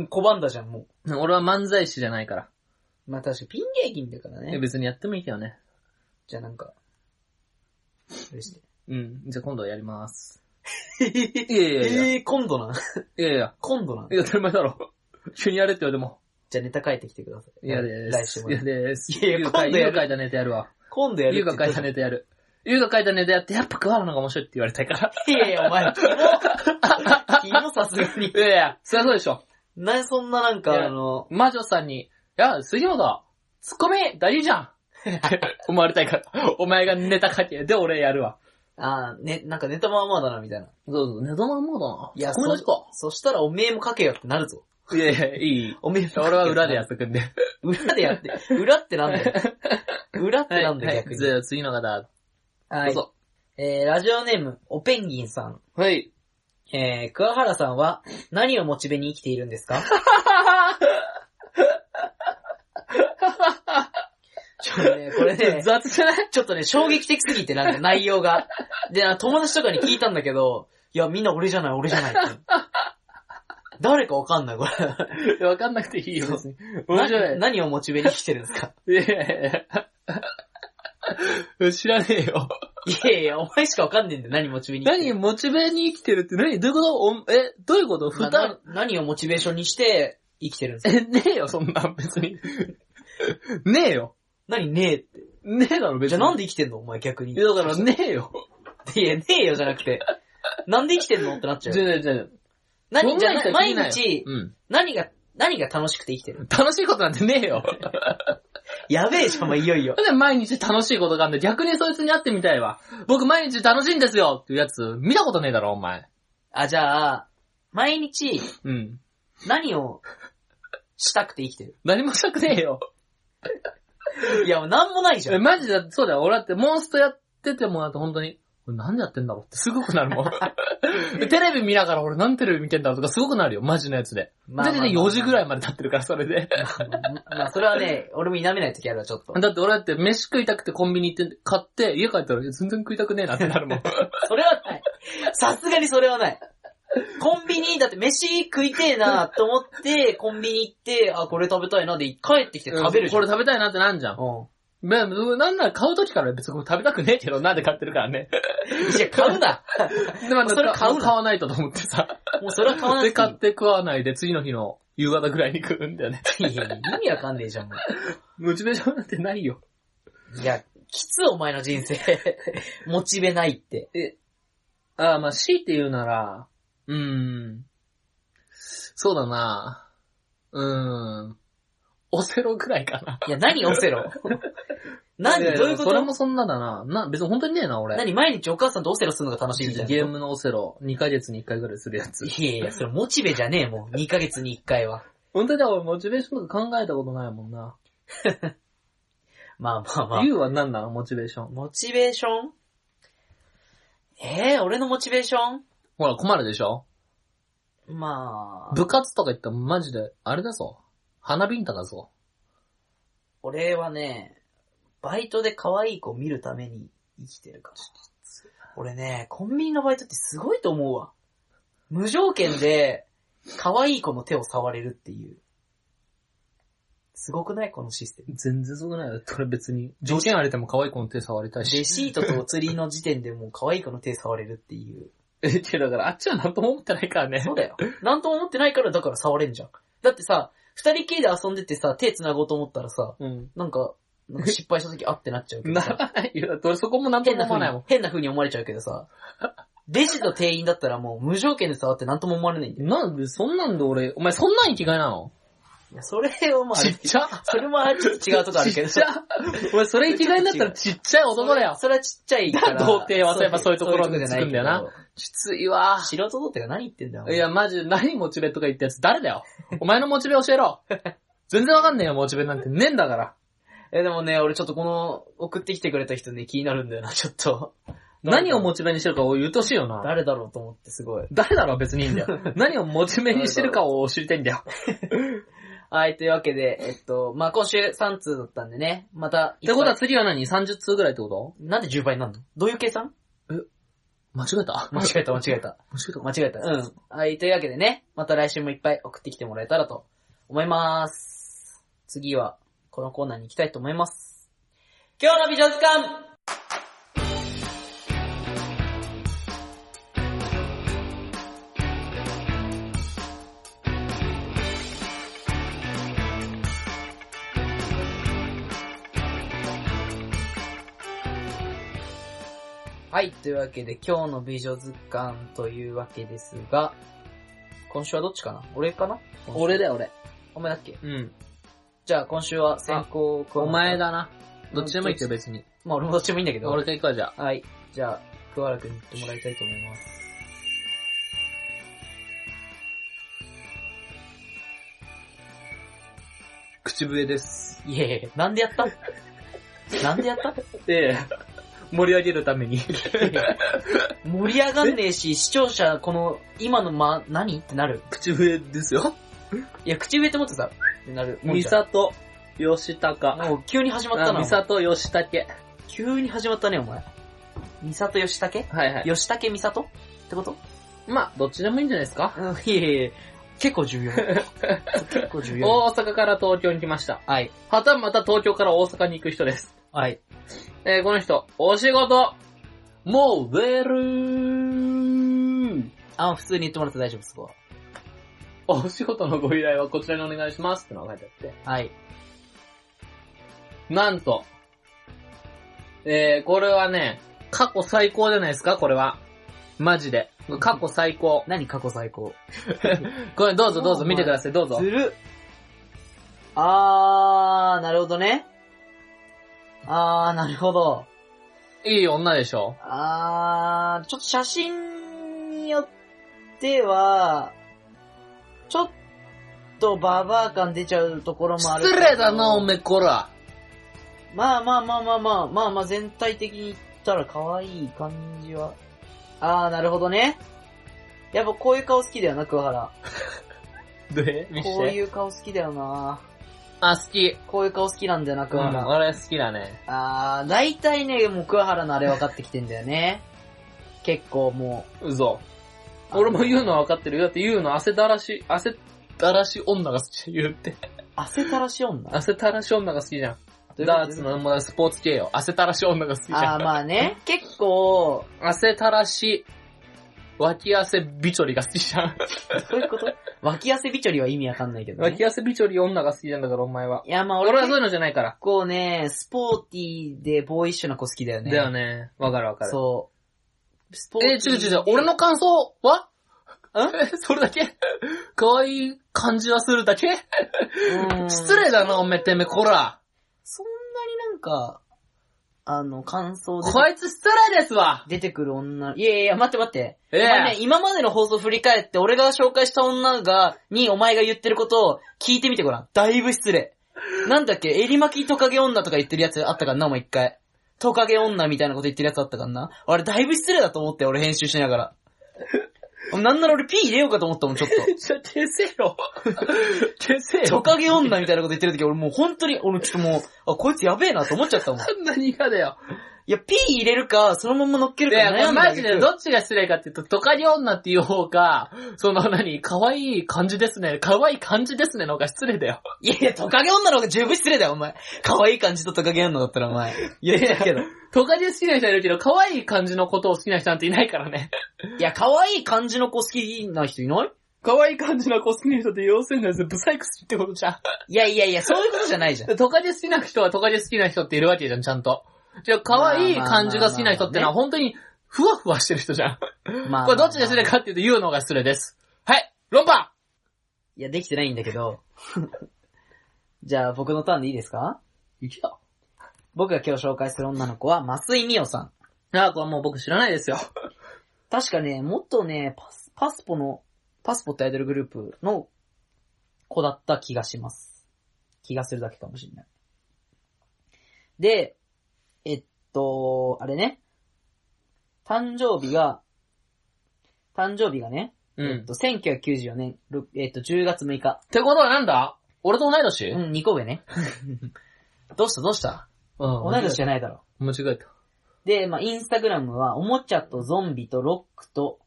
Speaker 1: ん拒んだじゃん、も
Speaker 2: 俺は漫才師じゃないから。
Speaker 1: う。まあ確かにピン芸人だから
Speaker 2: いや
Speaker 1: ね。
Speaker 2: 別にやってもいいけどね。
Speaker 1: じゃあなんか、それして。
Speaker 2: うん。じゃあ今度やります。 いやいやいや。い
Speaker 1: えー、今度なん
Speaker 2: やいや。
Speaker 1: 今度なん
Speaker 2: いや、当たり前だろ。 急にやれって言われても。
Speaker 1: じゃあネタ書いてきてください。
Speaker 2: 嫌で
Speaker 1: 来
Speaker 2: す。
Speaker 1: 週も。
Speaker 2: 嫌です。
Speaker 1: いやいや
Speaker 2: ゆうが
Speaker 1: 今度やる
Speaker 2: ゆうが書いたネタやるわ。
Speaker 1: 今度やる
Speaker 2: ゆう
Speaker 1: って言っ
Speaker 2: が
Speaker 1: た
Speaker 2: 書
Speaker 1: じゃ
Speaker 2: いた
Speaker 1: ん
Speaker 2: ネタやる。ゆうが書いたネタやって、やっぱ桑原の方が面白いって言われたいから。
Speaker 1: いやいや、お前、キモ、キモさすがに
Speaker 2: い。やいや、そりゃそうでしょ。
Speaker 1: な、そんななんか、
Speaker 2: いや
Speaker 1: あの、
Speaker 2: 魔女さんに、いや、杉本、ツッコミ、大事じゃ んって思われたいから。お前がネタ書け。で、俺やるわ。
Speaker 1: あーね、なんかネタまあまあだな、みたいな。
Speaker 2: そうそう、ネタマンもだな。
Speaker 1: いや、
Speaker 2: ツッコミ
Speaker 1: そ
Speaker 2: 出しか。
Speaker 1: そしたらおめえも書けよってなるぞ。
Speaker 2: いやいや、いい。
Speaker 1: おめえも書けよ
Speaker 2: 俺は裏でやっとくん で。
Speaker 1: 裏でやって、裏ってなんだよ。裏ってなんだよ、逆に。
Speaker 2: じゃあ次の方、
Speaker 1: は
Speaker 2: どう
Speaker 1: い。
Speaker 2: ぞ。
Speaker 1: えー、ラジオネーム、おペンギンさん。
Speaker 2: はい。
Speaker 1: えー、桑原さんは何をモチベに生きているんです かちょっとね、これね、
Speaker 2: 雑じゃない
Speaker 1: ちょっとね、衝撃的すぎて、なんか内容 が。で、なんか友達とかに聞いたんだけど、いや、みんな俺じゃない、俺じゃないって。誰かわかんない、これ。
Speaker 2: いやわかんなくていいよ、別に。面白。
Speaker 1: ない何をモチベに生きてるんですか
Speaker 2: いやいやいや。知らねえよ。
Speaker 1: いやいや、お前しかわかんねえんだよ、何モチベに。
Speaker 2: 何モチベに生きてるって何どういうことおえ、どういうこと
Speaker 1: な
Speaker 2: 負担、
Speaker 1: な何をモチベーションにして生きてるんですか
Speaker 2: え、ねえよ、そんな、別に。 ねえよ。
Speaker 1: 何ねえって。
Speaker 2: ねえだろ、別
Speaker 1: じ
Speaker 2: に。
Speaker 1: ゃあなん
Speaker 2: で
Speaker 1: で生きてんのお前逆に。
Speaker 2: だから、ねえよ。
Speaker 1: いや、ねえよじゃなくて。なんで生きてんのってなっちゃうよ。
Speaker 2: ゃじゃ
Speaker 1: 何じゃ
Speaker 2: そんな
Speaker 1: あ毎
Speaker 2: 人聞いないよ
Speaker 1: 日、
Speaker 2: うん。
Speaker 1: 何が、何が楽しくて生きてる
Speaker 2: 楽しいことなんてねえよ。
Speaker 1: やべえじゃん、お前いよいよ。
Speaker 2: なんで毎日楽しいことがあんだよ逆にそいつに会ってみたいわ。僕毎日楽しいんですよっていうやつ、見たことねえだろ、お前。
Speaker 1: あ、じゃあ、毎日、
Speaker 2: うん。
Speaker 1: 何を、したくて生きてる
Speaker 2: 何もしたくねえよ。
Speaker 1: いや、もうなんもないじゃ
Speaker 2: え、
Speaker 1: ん。
Speaker 2: マジだ、そうだよ。俺だってモンストやっててもだって本当に、これなんでやってんだろうってすごくなる もん。テレビ見ながら俺何テレビ見てんだろうとかすごくなるよ、マジのやつで。
Speaker 1: まあ
Speaker 2: だってね、4時ぐら
Speaker 1: い。
Speaker 2: いまで経ってるから、それで。
Speaker 1: まあ、それはね、俺も否めない時あるわ、ちょっと。
Speaker 2: だって俺だって飯食いたくてコンビニ行って買って、家帰ったらいや全然食いたくねえなってなる もん。
Speaker 1: それはない。さすがにそれはない。コンビニ、だって飯食いてえなと思って、コンビニ行って、あ、これ食べたいなで、帰ってきて食べるじゃ
Speaker 2: こ
Speaker 1: ん。
Speaker 2: れ食べたいなってなんじゃん。
Speaker 1: う
Speaker 2: まあなんなら買う時から別にこれ食べたくねえけど、なんで買ってるからね。
Speaker 1: ん。いや、買うな。
Speaker 2: でも
Speaker 1: それ買うの
Speaker 2: 買わないとと思ってさ。
Speaker 1: もうそれは買わな
Speaker 2: で、
Speaker 1: くてい
Speaker 2: 買って食わないで、次の日の夕方ぐらいに食うんだ よね。
Speaker 1: い。いや、意味わかんねえじゃん、も
Speaker 2: モチベーションなんてないよ。
Speaker 1: ういや、きつお前の人生。 モチベないって。
Speaker 2: ああ、まあ、強いて言うなら、うーん。そうだな。うーん。オセロぐらいかな。
Speaker 1: いや、何オセロ 何
Speaker 2: やや
Speaker 1: どういうこ
Speaker 2: それ
Speaker 1: と
Speaker 2: もそんなだな。な、別に本当にねえな、俺。
Speaker 1: 何毎日お母さんとオセロするのが楽しいみたいな。
Speaker 2: ゲームのオセロ、2ヶ月に1回ぐらいするやつ。
Speaker 1: いやいや、それモチベじゃねえ もん。2ヶ月に1回は。
Speaker 2: 本当に俺モチベーションとか考えたことないもんな。
Speaker 1: まあまあまあ。
Speaker 2: ユウは何なのモチベーション。
Speaker 1: モチベーションええー、俺のモチベーショ
Speaker 2: ほら、困るでしょ
Speaker 1: ンまあ、
Speaker 2: 部活とか行ったらマジで、あれだぞ。花ビンタだぞ。
Speaker 1: 俺はね、バイトで可愛い子見るために生きてるから。俺ね、コンビニのバイトってすごいと思うわ。無条件で、可愛い子の手を触れるっていう。すごくないこのシステム。
Speaker 2: 全然そうくないよ。これ別に。条件あれても可愛い子の手触りた
Speaker 1: レ
Speaker 2: いし。
Speaker 1: シートとお釣りの時点でもう可愛い子の手触れるっていう。
Speaker 2: え、 いやだからあっちは何とも思ってないからね。
Speaker 1: そうだよ。なんとも思ってないからだから触れんじゃん。だってさ、二人きりで遊んでてさ、手繋ごうと思ったらさ、
Speaker 2: うん。
Speaker 1: なんか、なんか失敗した時あってなっちゃうけど
Speaker 2: な
Speaker 1: さ。
Speaker 2: らないよ。俺そこも何と
Speaker 1: 変
Speaker 2: も
Speaker 1: な
Speaker 2: 思わ
Speaker 1: 風
Speaker 2: ないもん
Speaker 1: に。、変な風に思われちゃうけどさ。レジの店員だったらもう無条件で触ってなんとも思われないんだよ。
Speaker 2: なんで、そんなんで俺、お前そんなん生きがいなの
Speaker 1: いや、それをまあ、
Speaker 2: ちっちゃ
Speaker 1: それもちょっと違うとこあるけど。
Speaker 2: ちっちゃお前それ生きがいになったらちっちゃい男だよ。
Speaker 1: それはちっちゃいから。
Speaker 2: 童貞はそうやっぱそういうところ
Speaker 1: そういう
Speaker 2: つくんだよな
Speaker 1: とこじゃい
Speaker 2: きついわ
Speaker 1: けど。素人童貞が何言ってんだよ。
Speaker 2: いや、マジ、何モチベとか言ったやつ誰だ よ。お前のモチベ教えろ。全然わかんねえよ、モチベなんてねえんだから。
Speaker 1: え、でもね、俺ちょっとこの、送ってきてくれた人ね、気になるんだよな、ちょっと。
Speaker 2: 何をモチベにしてるかを言うとしいよな。
Speaker 1: 誰だろうと思って、すごい。
Speaker 2: 誰だろう別にいいんだ よ。何をモチベにしてるかを知りたいんだよ。
Speaker 1: はい、というわけで、えっと、まあ、今週3通だったんでね、また、
Speaker 2: ってことは次は何 ?30 通ぐらいってこ
Speaker 1: なんで10倍になんのどういう計 算
Speaker 2: と間違えた
Speaker 1: 間違えた、間違えた。
Speaker 2: 間違えた
Speaker 1: 間違えた。うん。はい、というわけでね、また来週もいっぱい送ってきてもらえたらと思います。次は、このコーナーに行きたいと思います。今日の美女図鑑はい、というわけで今日の美女図鑑というわけですが、今週はどっちかな俺かな
Speaker 2: 俺だ。よ、俺。
Speaker 1: お前だっけ
Speaker 2: うん。
Speaker 1: じゃあ今週は先行加
Speaker 2: お
Speaker 1: 原
Speaker 2: 前。だな。どっちでもいいけど別に。
Speaker 1: まあ俺もどっちでもいいんだけど。
Speaker 2: 俺と行くわ、じゃあ。
Speaker 1: はい。じゃあ、桑原くんに行ってもらいたいと思います。
Speaker 2: 口笛です。
Speaker 1: いえいえ、なんでやったなんでやった
Speaker 2: ええ。盛り上げるために。
Speaker 1: 盛り上がんねえし、視聴者、この、今のま、何ってなる。
Speaker 2: 口笛ですよ。
Speaker 1: いや、口笛って思ってさ、ってなる。
Speaker 2: ミ
Speaker 1: さ
Speaker 2: サト、ヨシタカ。
Speaker 1: もう急に始まった
Speaker 2: あ
Speaker 1: な。
Speaker 2: ミサト、ヨシタケ。
Speaker 1: 急に始まったね、お前。ミサトヨシタケ
Speaker 2: はいは。
Speaker 1: ヨシタケミサトってこと
Speaker 2: まあ、どっちでもいいんじゃないですか。
Speaker 1: うん、 いえいえ、結構 重要。結構重要。
Speaker 2: 大阪から東京に来ました。
Speaker 1: はい。
Speaker 2: はたまた東京から大阪に行く人です。
Speaker 1: はい。
Speaker 2: えー、この人、お仕事、もう出る
Speaker 1: あ、普通に言ってもらって大丈夫です、そこ
Speaker 2: お仕事のご依頼はこちらにお願いしますってのが書いてあっ
Speaker 1: は。はい。
Speaker 2: て。なんと、えー、これはね、過去最高じゃないですか、これは。マジで。過去最高。
Speaker 1: 何過去最高
Speaker 2: これどうぞどうぞ見てください、どうぞ。
Speaker 1: るあー、なるほどね。あー、なるほど。
Speaker 2: いい女でしょ
Speaker 1: あー、ちょっと写真によっては、ちょっとババア感出ちゃうところもあるけ
Speaker 2: 失
Speaker 1: ど。
Speaker 2: 礼だな、おめえこら。
Speaker 1: まあまあまあまあまあ、まあまあ全体的に言ったら可愛い感じは。あー、なるほどね。やっぱこういう顔好きだよな、桑原。
Speaker 2: で、見
Speaker 1: こう
Speaker 2: して。
Speaker 1: いう顔好きだよな。
Speaker 2: あ、好き。
Speaker 1: こういう顔好きなんだよな、
Speaker 2: うん、
Speaker 1: 桑原。
Speaker 2: 俺好きだね。
Speaker 1: あー、大体ね、もう桑原のあれ分かってきてんだよね。結構も
Speaker 2: 嘘。俺も言うのは分かってるよ。だって言うの汗だらし、汗だらし女が好き言うって。
Speaker 1: う、汗たらし女。
Speaker 2: 汗たらし女が好きじゃ
Speaker 1: どういうこと
Speaker 2: ん。ダーツのまあスポーツ系よ。汗たらし女が好きじゃ
Speaker 1: あー、
Speaker 2: ん。
Speaker 1: まあね、結構、
Speaker 2: 汗たらし、脇汗びちょりが好きじゃん。
Speaker 1: そういうこと脇汗びちょりは意味わかんないけどね。
Speaker 2: 脇汗びちょり女が好きなんだから、お前は。
Speaker 1: いや、まあ
Speaker 2: 俺
Speaker 1: 俺
Speaker 2: はそう
Speaker 1: 結
Speaker 2: いうのじゃないから。
Speaker 1: 構ね、スポーティーでボーイッシュな子好きだよね。
Speaker 2: だよね。わかるわかる。
Speaker 1: そう。スポーティ
Speaker 2: え
Speaker 1: ー。
Speaker 2: ー、違う違う違う。俺の感想は
Speaker 1: ん
Speaker 2: えそれだけ可愛い感じはするだけ
Speaker 1: うん
Speaker 2: 失礼だな、おめえてめえ、こら。
Speaker 1: そんなになんか、あの、感想で
Speaker 2: こいつ失礼ですわ。
Speaker 1: 出てくる女、いやいや、待って待って。
Speaker 2: ええ
Speaker 1: お前ね、今までの放送振り返って、俺が紹介した女が、にお前が言ってることを聞いてみてごらん。だいぶ失礼。なんだっけ、襟巻きトカゲ女とか言ってるやつあったからな、お前一回。トカゲ女みたいなこと言ってるやつあったからな。あれ、だいぶ失礼だと思って、俺編集しなが ら。なんなら俺 P 入れようかと思ったもん、ちょっと。
Speaker 2: ちょ、消せよ。消せ
Speaker 1: ト
Speaker 2: よ。
Speaker 1: カゲ女みたいなこと言ってる時、俺もう本当に、俺ちょっ ともう、あ、こいつやべえなと思っちゃったもん。い
Speaker 2: 何がだよ。
Speaker 1: や、P 入れるか、そのまま乗っけ
Speaker 2: い
Speaker 1: るか
Speaker 2: や、こ
Speaker 1: 悩
Speaker 2: れ
Speaker 1: んだ
Speaker 2: マ
Speaker 1: 挙
Speaker 2: ジ
Speaker 1: 句
Speaker 2: でどっちが失礼かっていうと、トカリ女っていう方 か、その何、可愛い感じですね、可愛い感じですねの方が失礼だよ。
Speaker 1: いやいや、トカゲ女の方が十分失礼だよ、お前。可愛い感じとトカゲ女だったら、お前。言ってるけど。
Speaker 2: トカリ好きな人いるけど、可愛い感じのことを好きな人なんていないからね。
Speaker 1: いや、可愛い感じの子好きな人いない
Speaker 2: 可愛い感じの子好きな人って要するにブサイク好きってことじゃ
Speaker 1: いやいやいや、そういうことじゃない じゃん。
Speaker 2: ん。トカリ好きな人はトカリ好きな人っているわけじゃん、ちゃんと。じゃあ、可愛い感じが好きな人ってのは本当に、ふわふわしてる人じゃん。
Speaker 1: まあ。
Speaker 2: これどっちが失
Speaker 1: す
Speaker 2: 礼
Speaker 1: ね
Speaker 2: かっていうと、言うのが失礼です。はい、論破
Speaker 1: いや、できてないんだけど。じゃあ、僕のターンでいいですか
Speaker 2: いけよ。
Speaker 1: 僕が今日紹介する女の子は、松井美代さん。
Speaker 2: あ、これもう僕知らないですよ。
Speaker 1: 確かね、元ね、パス、パスポの、パスポってアイドルグループの子だった気がします。気がするだけかもしれない。で、えっと、あれね、誕生日が、誕生日がね、
Speaker 2: う
Speaker 1: え
Speaker 2: ん
Speaker 1: っ。と、1994年、ろえっと、10月6日。
Speaker 2: ってことはなんだ俺と同い年
Speaker 1: うん、2個上ね。 どうしたどうした同い年じゃないだろ。
Speaker 2: 間違えた。
Speaker 1: で、まあ、インスタグラムは、おもちゃとゾンビとロックと、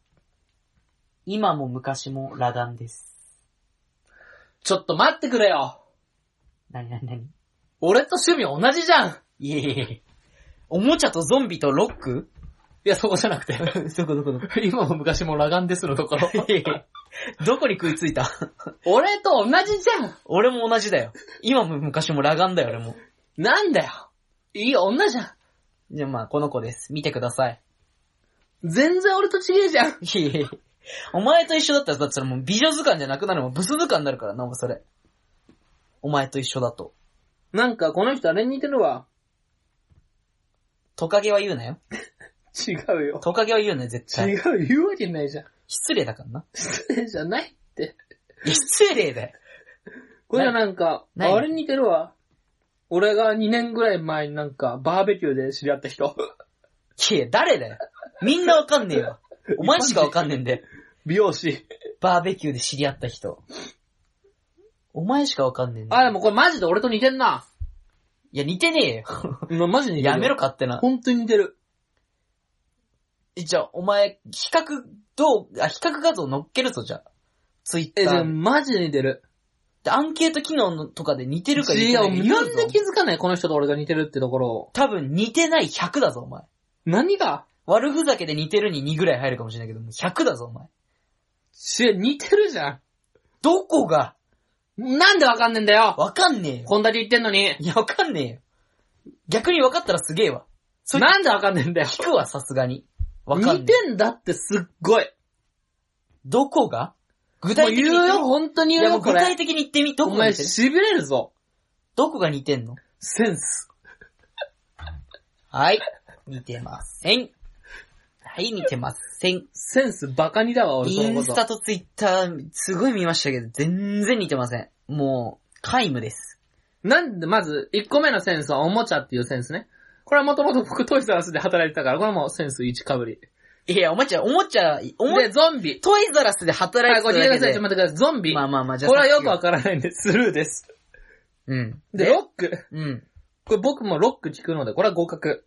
Speaker 1: 今も昔も裸眼です。
Speaker 2: ちょっと待ってくれよ
Speaker 1: なになになに
Speaker 2: 俺と趣味同じじゃん
Speaker 1: いえいえいえ。おもちゃとゾンビとロック
Speaker 2: いや、そこじゃなくて。
Speaker 1: どこどこどこ
Speaker 2: 今も昔も裸眼ですのところ。
Speaker 1: どこに食いついた
Speaker 2: 俺と同じじゃん
Speaker 1: 俺も同じだよ。今も昔も裸眼だよ、俺も。
Speaker 2: なんだよいい女じゃん
Speaker 1: じゃあまあ、この子です。見てください。
Speaker 2: 全然俺と違えじゃん
Speaker 1: いえいえ。 お前と一緒だったら、だってそれもう美女図鑑じゃなくなるもん。ブス図鑑になるからな、お前それ。お前と一緒だと。
Speaker 2: なんかこの人あれに似てるわ。
Speaker 1: トカゲは言うな よ。
Speaker 2: 違うよ。
Speaker 1: トカゲは言うなよ、絶
Speaker 2: 違
Speaker 1: 対。
Speaker 2: う、言うわけないじゃん。
Speaker 1: 失礼だからな。
Speaker 2: 失礼じゃないって。
Speaker 1: いや失礼だよ。
Speaker 2: これはなんか、
Speaker 1: ない
Speaker 2: あれに似てるわ。俺が2年ぐらい前になんか、バーベキューで知り合った人。
Speaker 1: いや、誰だよ。みんなわかんねえよ。お前しかわかんねえん だよ。
Speaker 2: 美容師。
Speaker 1: バーベキューで知り合った人。お前しかわかんねえんだ
Speaker 2: あ、
Speaker 1: よ。
Speaker 2: でもこれマジで俺と似てん な。
Speaker 1: いや、似て ねえよ。
Speaker 2: マジに
Speaker 1: やめろ、。勝手な。
Speaker 2: 本当に似てる。
Speaker 1: じゃあ、お前、比較、どう、あ、比較画像乗っけるぞ、じゃあ。ツイ
Speaker 2: え、
Speaker 1: ッ
Speaker 2: で
Speaker 1: タ
Speaker 2: も
Speaker 1: ー
Speaker 2: マジで似てる。
Speaker 1: で。アンケート機能のとかで似てるか似
Speaker 2: 違
Speaker 1: てな
Speaker 2: う、
Speaker 1: いか
Speaker 2: な
Speaker 1: 言
Speaker 2: ん
Speaker 1: うぞ
Speaker 2: で気づかないこの人と俺が似てるってところを。
Speaker 1: 多分似てない100だぞ、お前。
Speaker 2: 何が
Speaker 1: 悪ふざけで似てるに2ぐらい入るかもしれないけど、もう100だぞ、お前。
Speaker 2: し、似てるじゃ
Speaker 1: どこが
Speaker 2: ん。なんでわかんねえんだよ
Speaker 1: わかんねえよ。
Speaker 2: こんだけ言ってんのに。
Speaker 1: いや、わかんねえよ。逆にわかったらすげえわ。それ
Speaker 2: なんでわかんねえんだよ。
Speaker 1: 聞くわ、さすがに。わかんねえ。
Speaker 2: 似てんだってすっごい。
Speaker 1: どこが具
Speaker 2: もう
Speaker 1: 体的
Speaker 2: 言
Speaker 1: に
Speaker 2: う
Speaker 1: 言って
Speaker 2: よ、
Speaker 1: み
Speaker 2: 本当に
Speaker 1: い
Speaker 2: 言う
Speaker 1: や、も
Speaker 2: よ、
Speaker 1: う
Speaker 2: こ
Speaker 1: 具
Speaker 2: れ
Speaker 1: 体。的に言ってみ、ど
Speaker 2: お
Speaker 1: こが
Speaker 2: 前、
Speaker 1: 似てる
Speaker 2: 痺れるぞ。
Speaker 1: どこが似てんの
Speaker 2: センス。
Speaker 1: はい。似てません。はい、似てません。
Speaker 2: センスバカにだわ、俺、
Speaker 1: イ
Speaker 2: この
Speaker 1: ン
Speaker 2: こ
Speaker 1: ス
Speaker 2: と。
Speaker 1: タとツイッター、すごい見ましたけど、全然似てません。もう、皆無です。
Speaker 2: なんで、まず、1個目のセンスはおもちゃっていうセンスね。これはもともと僕トイザらスで働いてたから、これはもうセンス1かぶり。
Speaker 1: いや、おもちゃ、おもちゃ、おも
Speaker 2: で、ゾンビ。
Speaker 1: トイザラスで働
Speaker 2: はいい、
Speaker 1: て
Speaker 2: こ
Speaker 1: た
Speaker 2: れ聞い
Speaker 1: だけで
Speaker 2: てください。ちょっと待ってください。ゾンビ。
Speaker 1: まあまあまあ、じゃあ。
Speaker 2: これはよくわからないんで、スルーです。
Speaker 1: うん。
Speaker 2: で、
Speaker 1: で、
Speaker 2: ロック。
Speaker 1: うん。
Speaker 2: これ僕もロック聞くので、これは合格。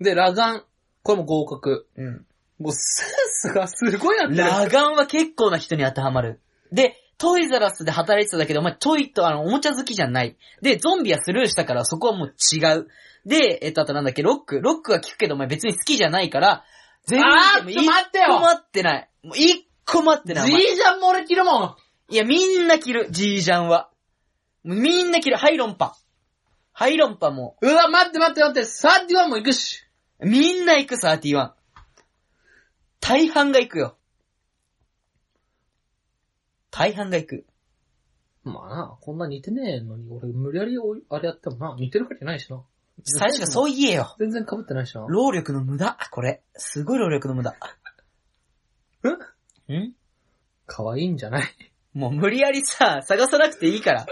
Speaker 2: で、ラガン。これも合格。
Speaker 1: うん。
Speaker 2: もうセンスがすごいなってる。
Speaker 1: ラガンは結構な人に当てはまる。で、トイザラスで働いてただけで、お前トイと、あの、おもちゃ好きじゃない。で、ゾンビはスルーしたから、そこはもう違う。で、えっと、あとなんだっけ、ロック。ロックは聞くけど、お前別に好きじゃないから、全
Speaker 2: あー
Speaker 1: 然、
Speaker 2: ちょ待ってよ
Speaker 1: 一個待ってない。もう一個待ってない。お
Speaker 2: じ
Speaker 1: 前
Speaker 2: いじゃんも俺着るもん。
Speaker 1: いや、みんな着る、じいジャンは。もうみんな着る、ハイロンパ。ハイロンパも、
Speaker 2: うわ、待って待って待って、サーティワンも行くし。
Speaker 1: みんな行く、サーティワン。大半が行くよ。大半が行く。
Speaker 2: まあな、こんな似てねえのに、俺無理やりおあれやってもな、似てるわけないしな。
Speaker 1: 最初からそう言えよ。
Speaker 2: 全然被ってないしな。
Speaker 1: 労力の無駄、これ。すごい労力の無駄。ん
Speaker 2: 可愛いんじゃない
Speaker 1: もう無理やりさ、探さなくていい から。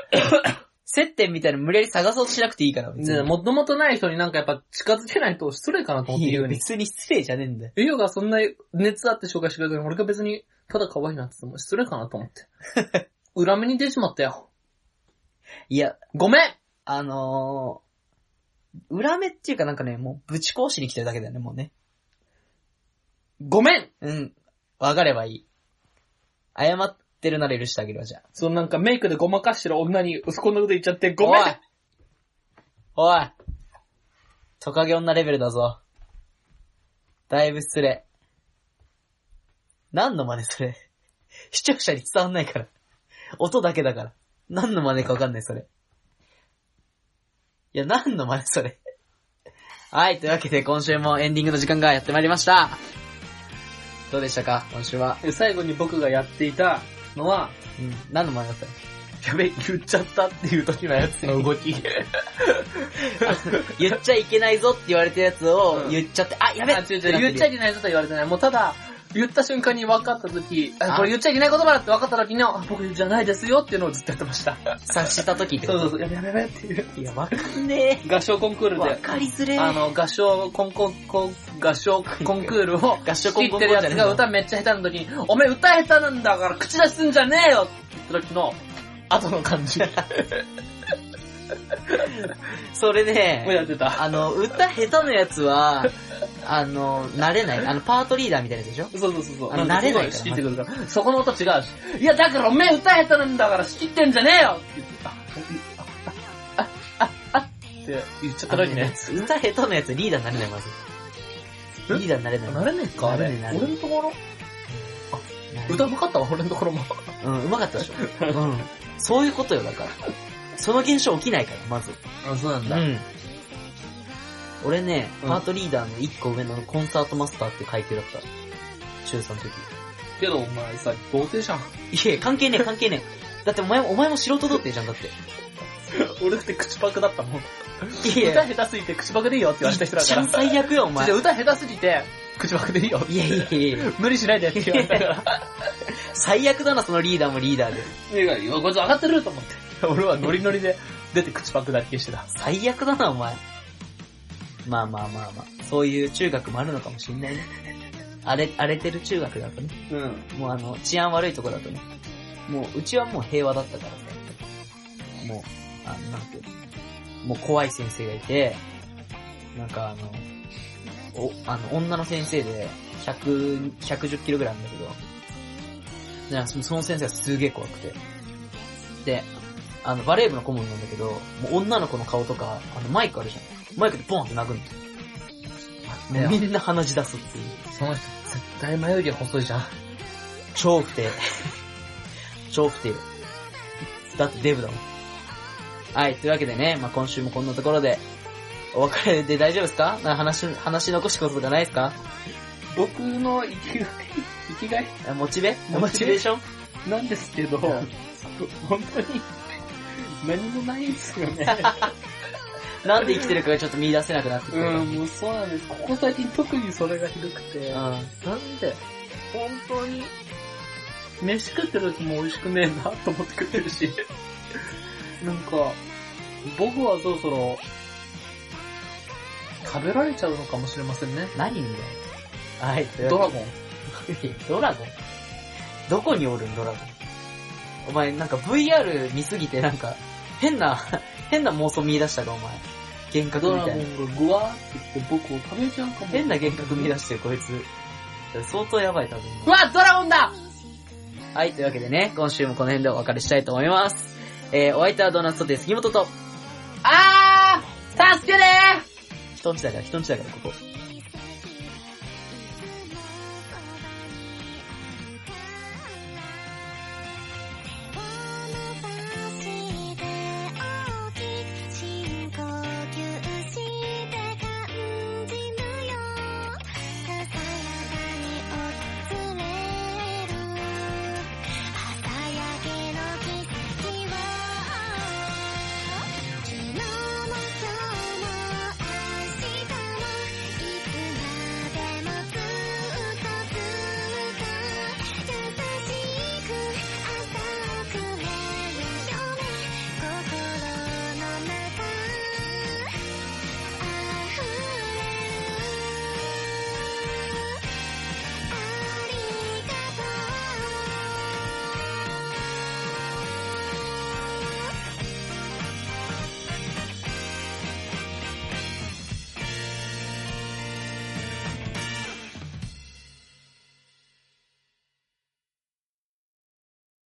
Speaker 1: 接点みたいなの無理やり探そうとしなくていいから。別に
Speaker 2: ねもともとない人になんかやっぱ近づけないと失礼かなと思って
Speaker 1: い
Speaker 2: 言う
Speaker 1: や
Speaker 2: に。
Speaker 1: 別に失礼じゃねえんだよ。
Speaker 2: エイヨがそんな熱あって紹介してくれたのに、俺が別に、ただ可愛いなって言っても失礼かなと思って。裏目に出てしまったよ。
Speaker 1: いや、
Speaker 2: ごめん
Speaker 1: あのー、裏目っていうかなんかね、もうぶち壊しに来てるだけだよね、もうね。
Speaker 2: ごめん
Speaker 1: うん。わかればいい。謝ってるなら許してあげるわ、じゃあ。
Speaker 2: そのなんかメイクでごまかしてる女に、こんなこと言っちゃって、ごめん
Speaker 1: おいおいトカゲ女レベルだぞ。だいぶ失礼。何の真似それ。視聴者に伝わんないから。音だけだから。何の真似かわかんない、それ。いや、何の真似それ。はい、というわけで今週もエンディングの時間がやってまいりました。どうでしたか今週は。
Speaker 2: え最後に僕がやっていたのは、
Speaker 1: うん、何の真似だったの
Speaker 2: やべ、言っちゃったっていう時のやつの動き。
Speaker 1: 言っちゃいけないぞって言われたやつを
Speaker 2: うん
Speaker 1: 言っちゃって、あ、やべ
Speaker 2: あ違う違う言っちゃい
Speaker 1: い
Speaker 2: けないことは言われてない。もうただ、言った瞬間に分かった時、あ
Speaker 1: あ
Speaker 2: これ言っちゃいけない言葉だって分かった時の、あ僕じゃないですよっていうのをずっとやってました。
Speaker 1: 察した時ってこ
Speaker 2: そう
Speaker 1: と
Speaker 2: そうそう、やべやべやべっていう。
Speaker 1: いや、わかんね
Speaker 2: 合唱コンクー
Speaker 1: え。
Speaker 2: ル
Speaker 1: わ
Speaker 2: で、
Speaker 1: かりづれえ。、
Speaker 2: あの、合唱コンコン、コン合唱コンクールを
Speaker 1: 合唱コ
Speaker 2: 切
Speaker 1: ンコンコ
Speaker 2: って
Speaker 1: ンじ
Speaker 2: る
Speaker 1: ゃ
Speaker 2: やつ
Speaker 1: ねえ
Speaker 2: が歌めっちゃ下手な時に、おめえ歌下手なんだから口出すんじゃねえよって言った時の、後の感 じ。も
Speaker 1: それ
Speaker 2: う
Speaker 1: ね、
Speaker 2: やってた。
Speaker 1: あの、歌下手なやつは、あの、慣れない。あの、パートリーダーみたいなやつでしょ
Speaker 2: そうそうそうそう。
Speaker 1: あの慣れないから
Speaker 2: 仕切ってくるから。そこの音違うし。いや、だからおめえ歌下手なんだから仕切ってんじゃねえよって言ってあ、あ、あ、あ、あ、って言っちゃった時ね。
Speaker 1: あの歌下手なやつリーダーになれない、まず。
Speaker 2: え
Speaker 1: リーダーになれない。
Speaker 2: 慣れねえか、あれ。
Speaker 1: 慣れねえ慣れねえ
Speaker 2: 俺のところ
Speaker 1: うん
Speaker 2: 歌うまかったわ、俺のところも。
Speaker 1: うん、うまかったでしょ。 うん。そういうことよ、だから。その現象起きないから、まず。
Speaker 2: あ、そうなん
Speaker 1: う。ん。俺ね、
Speaker 2: うん
Speaker 1: パートリーダーの一個上のコンサートマスターって階級だった。中3の時。
Speaker 2: けどお前さ、童貞じゃん。
Speaker 1: いや、関係ねえ、関係ねえ。 だってお前も、お前も素人童貞じゃん、だって。
Speaker 2: 俺って口パクだったもん。
Speaker 1: いやいや
Speaker 2: 歌、下手すぎて口パクでいいよって言われた人だ
Speaker 1: 一
Speaker 2: から
Speaker 1: 番。最悪よ、お前
Speaker 2: じゃ。あ歌下手すぎて、口パクでいいよ。
Speaker 1: いやいやいやいや
Speaker 2: 無理しないでって言われたから。
Speaker 1: 最悪だな、そのリーダーもリーダーで。
Speaker 2: いやいやこいつ上がってると思って。俺はノリノリで出て口パクだけしてた。
Speaker 1: 最悪だな、お前。まあまあまあまあ、そういう中学もあるのかもしんないね。荒れ、荒れてる中学だとね。
Speaker 2: うん。
Speaker 1: もうあの、治安悪いとこだとね、もう、うちはもう平和だったからね。もう、あの、なんていうのもう怖い先生がいて、なんかあの、お、あの、女の先生で、100、110キロぐらいあるんだけど、でなんかそのその先生がすげえ怖くて。で、あの、バレー部の顧問なんだけど、もう女の子の顔とか、あの、マイクあるじゃん。マイクでポンって殴るの。
Speaker 2: だよ
Speaker 1: みんな鼻血出すっていう。
Speaker 2: その人絶対眉毛細いじゃん。
Speaker 1: 超不定。超不定。だってデブだもん。はい、というわけでね、まあ今週もこんなところで、お別れで大丈夫ですかなんか話、話し残したこととかないですか
Speaker 2: 僕の生きがい、生きがい
Speaker 1: あモチベモ
Speaker 2: モ
Speaker 1: チ
Speaker 2: チ
Speaker 1: ベ
Speaker 2: ベ
Speaker 1: ーション
Speaker 2: なんですけど、本当に何もないんですよね。
Speaker 1: なんで生きてるかがちょっと見出せなくなってきてる。
Speaker 2: うん、もうそうなんです。ここ最近特にそれがひどくて。なん
Speaker 1: う
Speaker 2: で、本当に、飯食ってる時も美味しくねえなと思って食ってるし。 なんか、僕はそろそろ、食べられちゃうのかもしれませんね。
Speaker 1: ん。何にだよ。はい、という
Speaker 2: ド
Speaker 1: わ
Speaker 2: ラゴン。
Speaker 1: けで ドラゴンどこにおるん、ドラゴン。お前なんか VR 見すぎてなんか、変な、 変な妄想見出したか、お前。幻覚
Speaker 2: ド
Speaker 1: み
Speaker 2: ラ
Speaker 1: たい
Speaker 2: ゴ
Speaker 1: な。
Speaker 2: ンがグワーって言って僕を食べちゃうかも。
Speaker 1: 変な幻覚見出してる、こいつ。相当やばい、多分。
Speaker 2: うわ、ドラゴンだ
Speaker 1: はい、というわけでね、今週もこの辺でお別れしたいと思います。えー、お相手はドーナツとです。杉本と、
Speaker 2: あー助けて
Speaker 1: 人んちだから、人んちだから、ここ。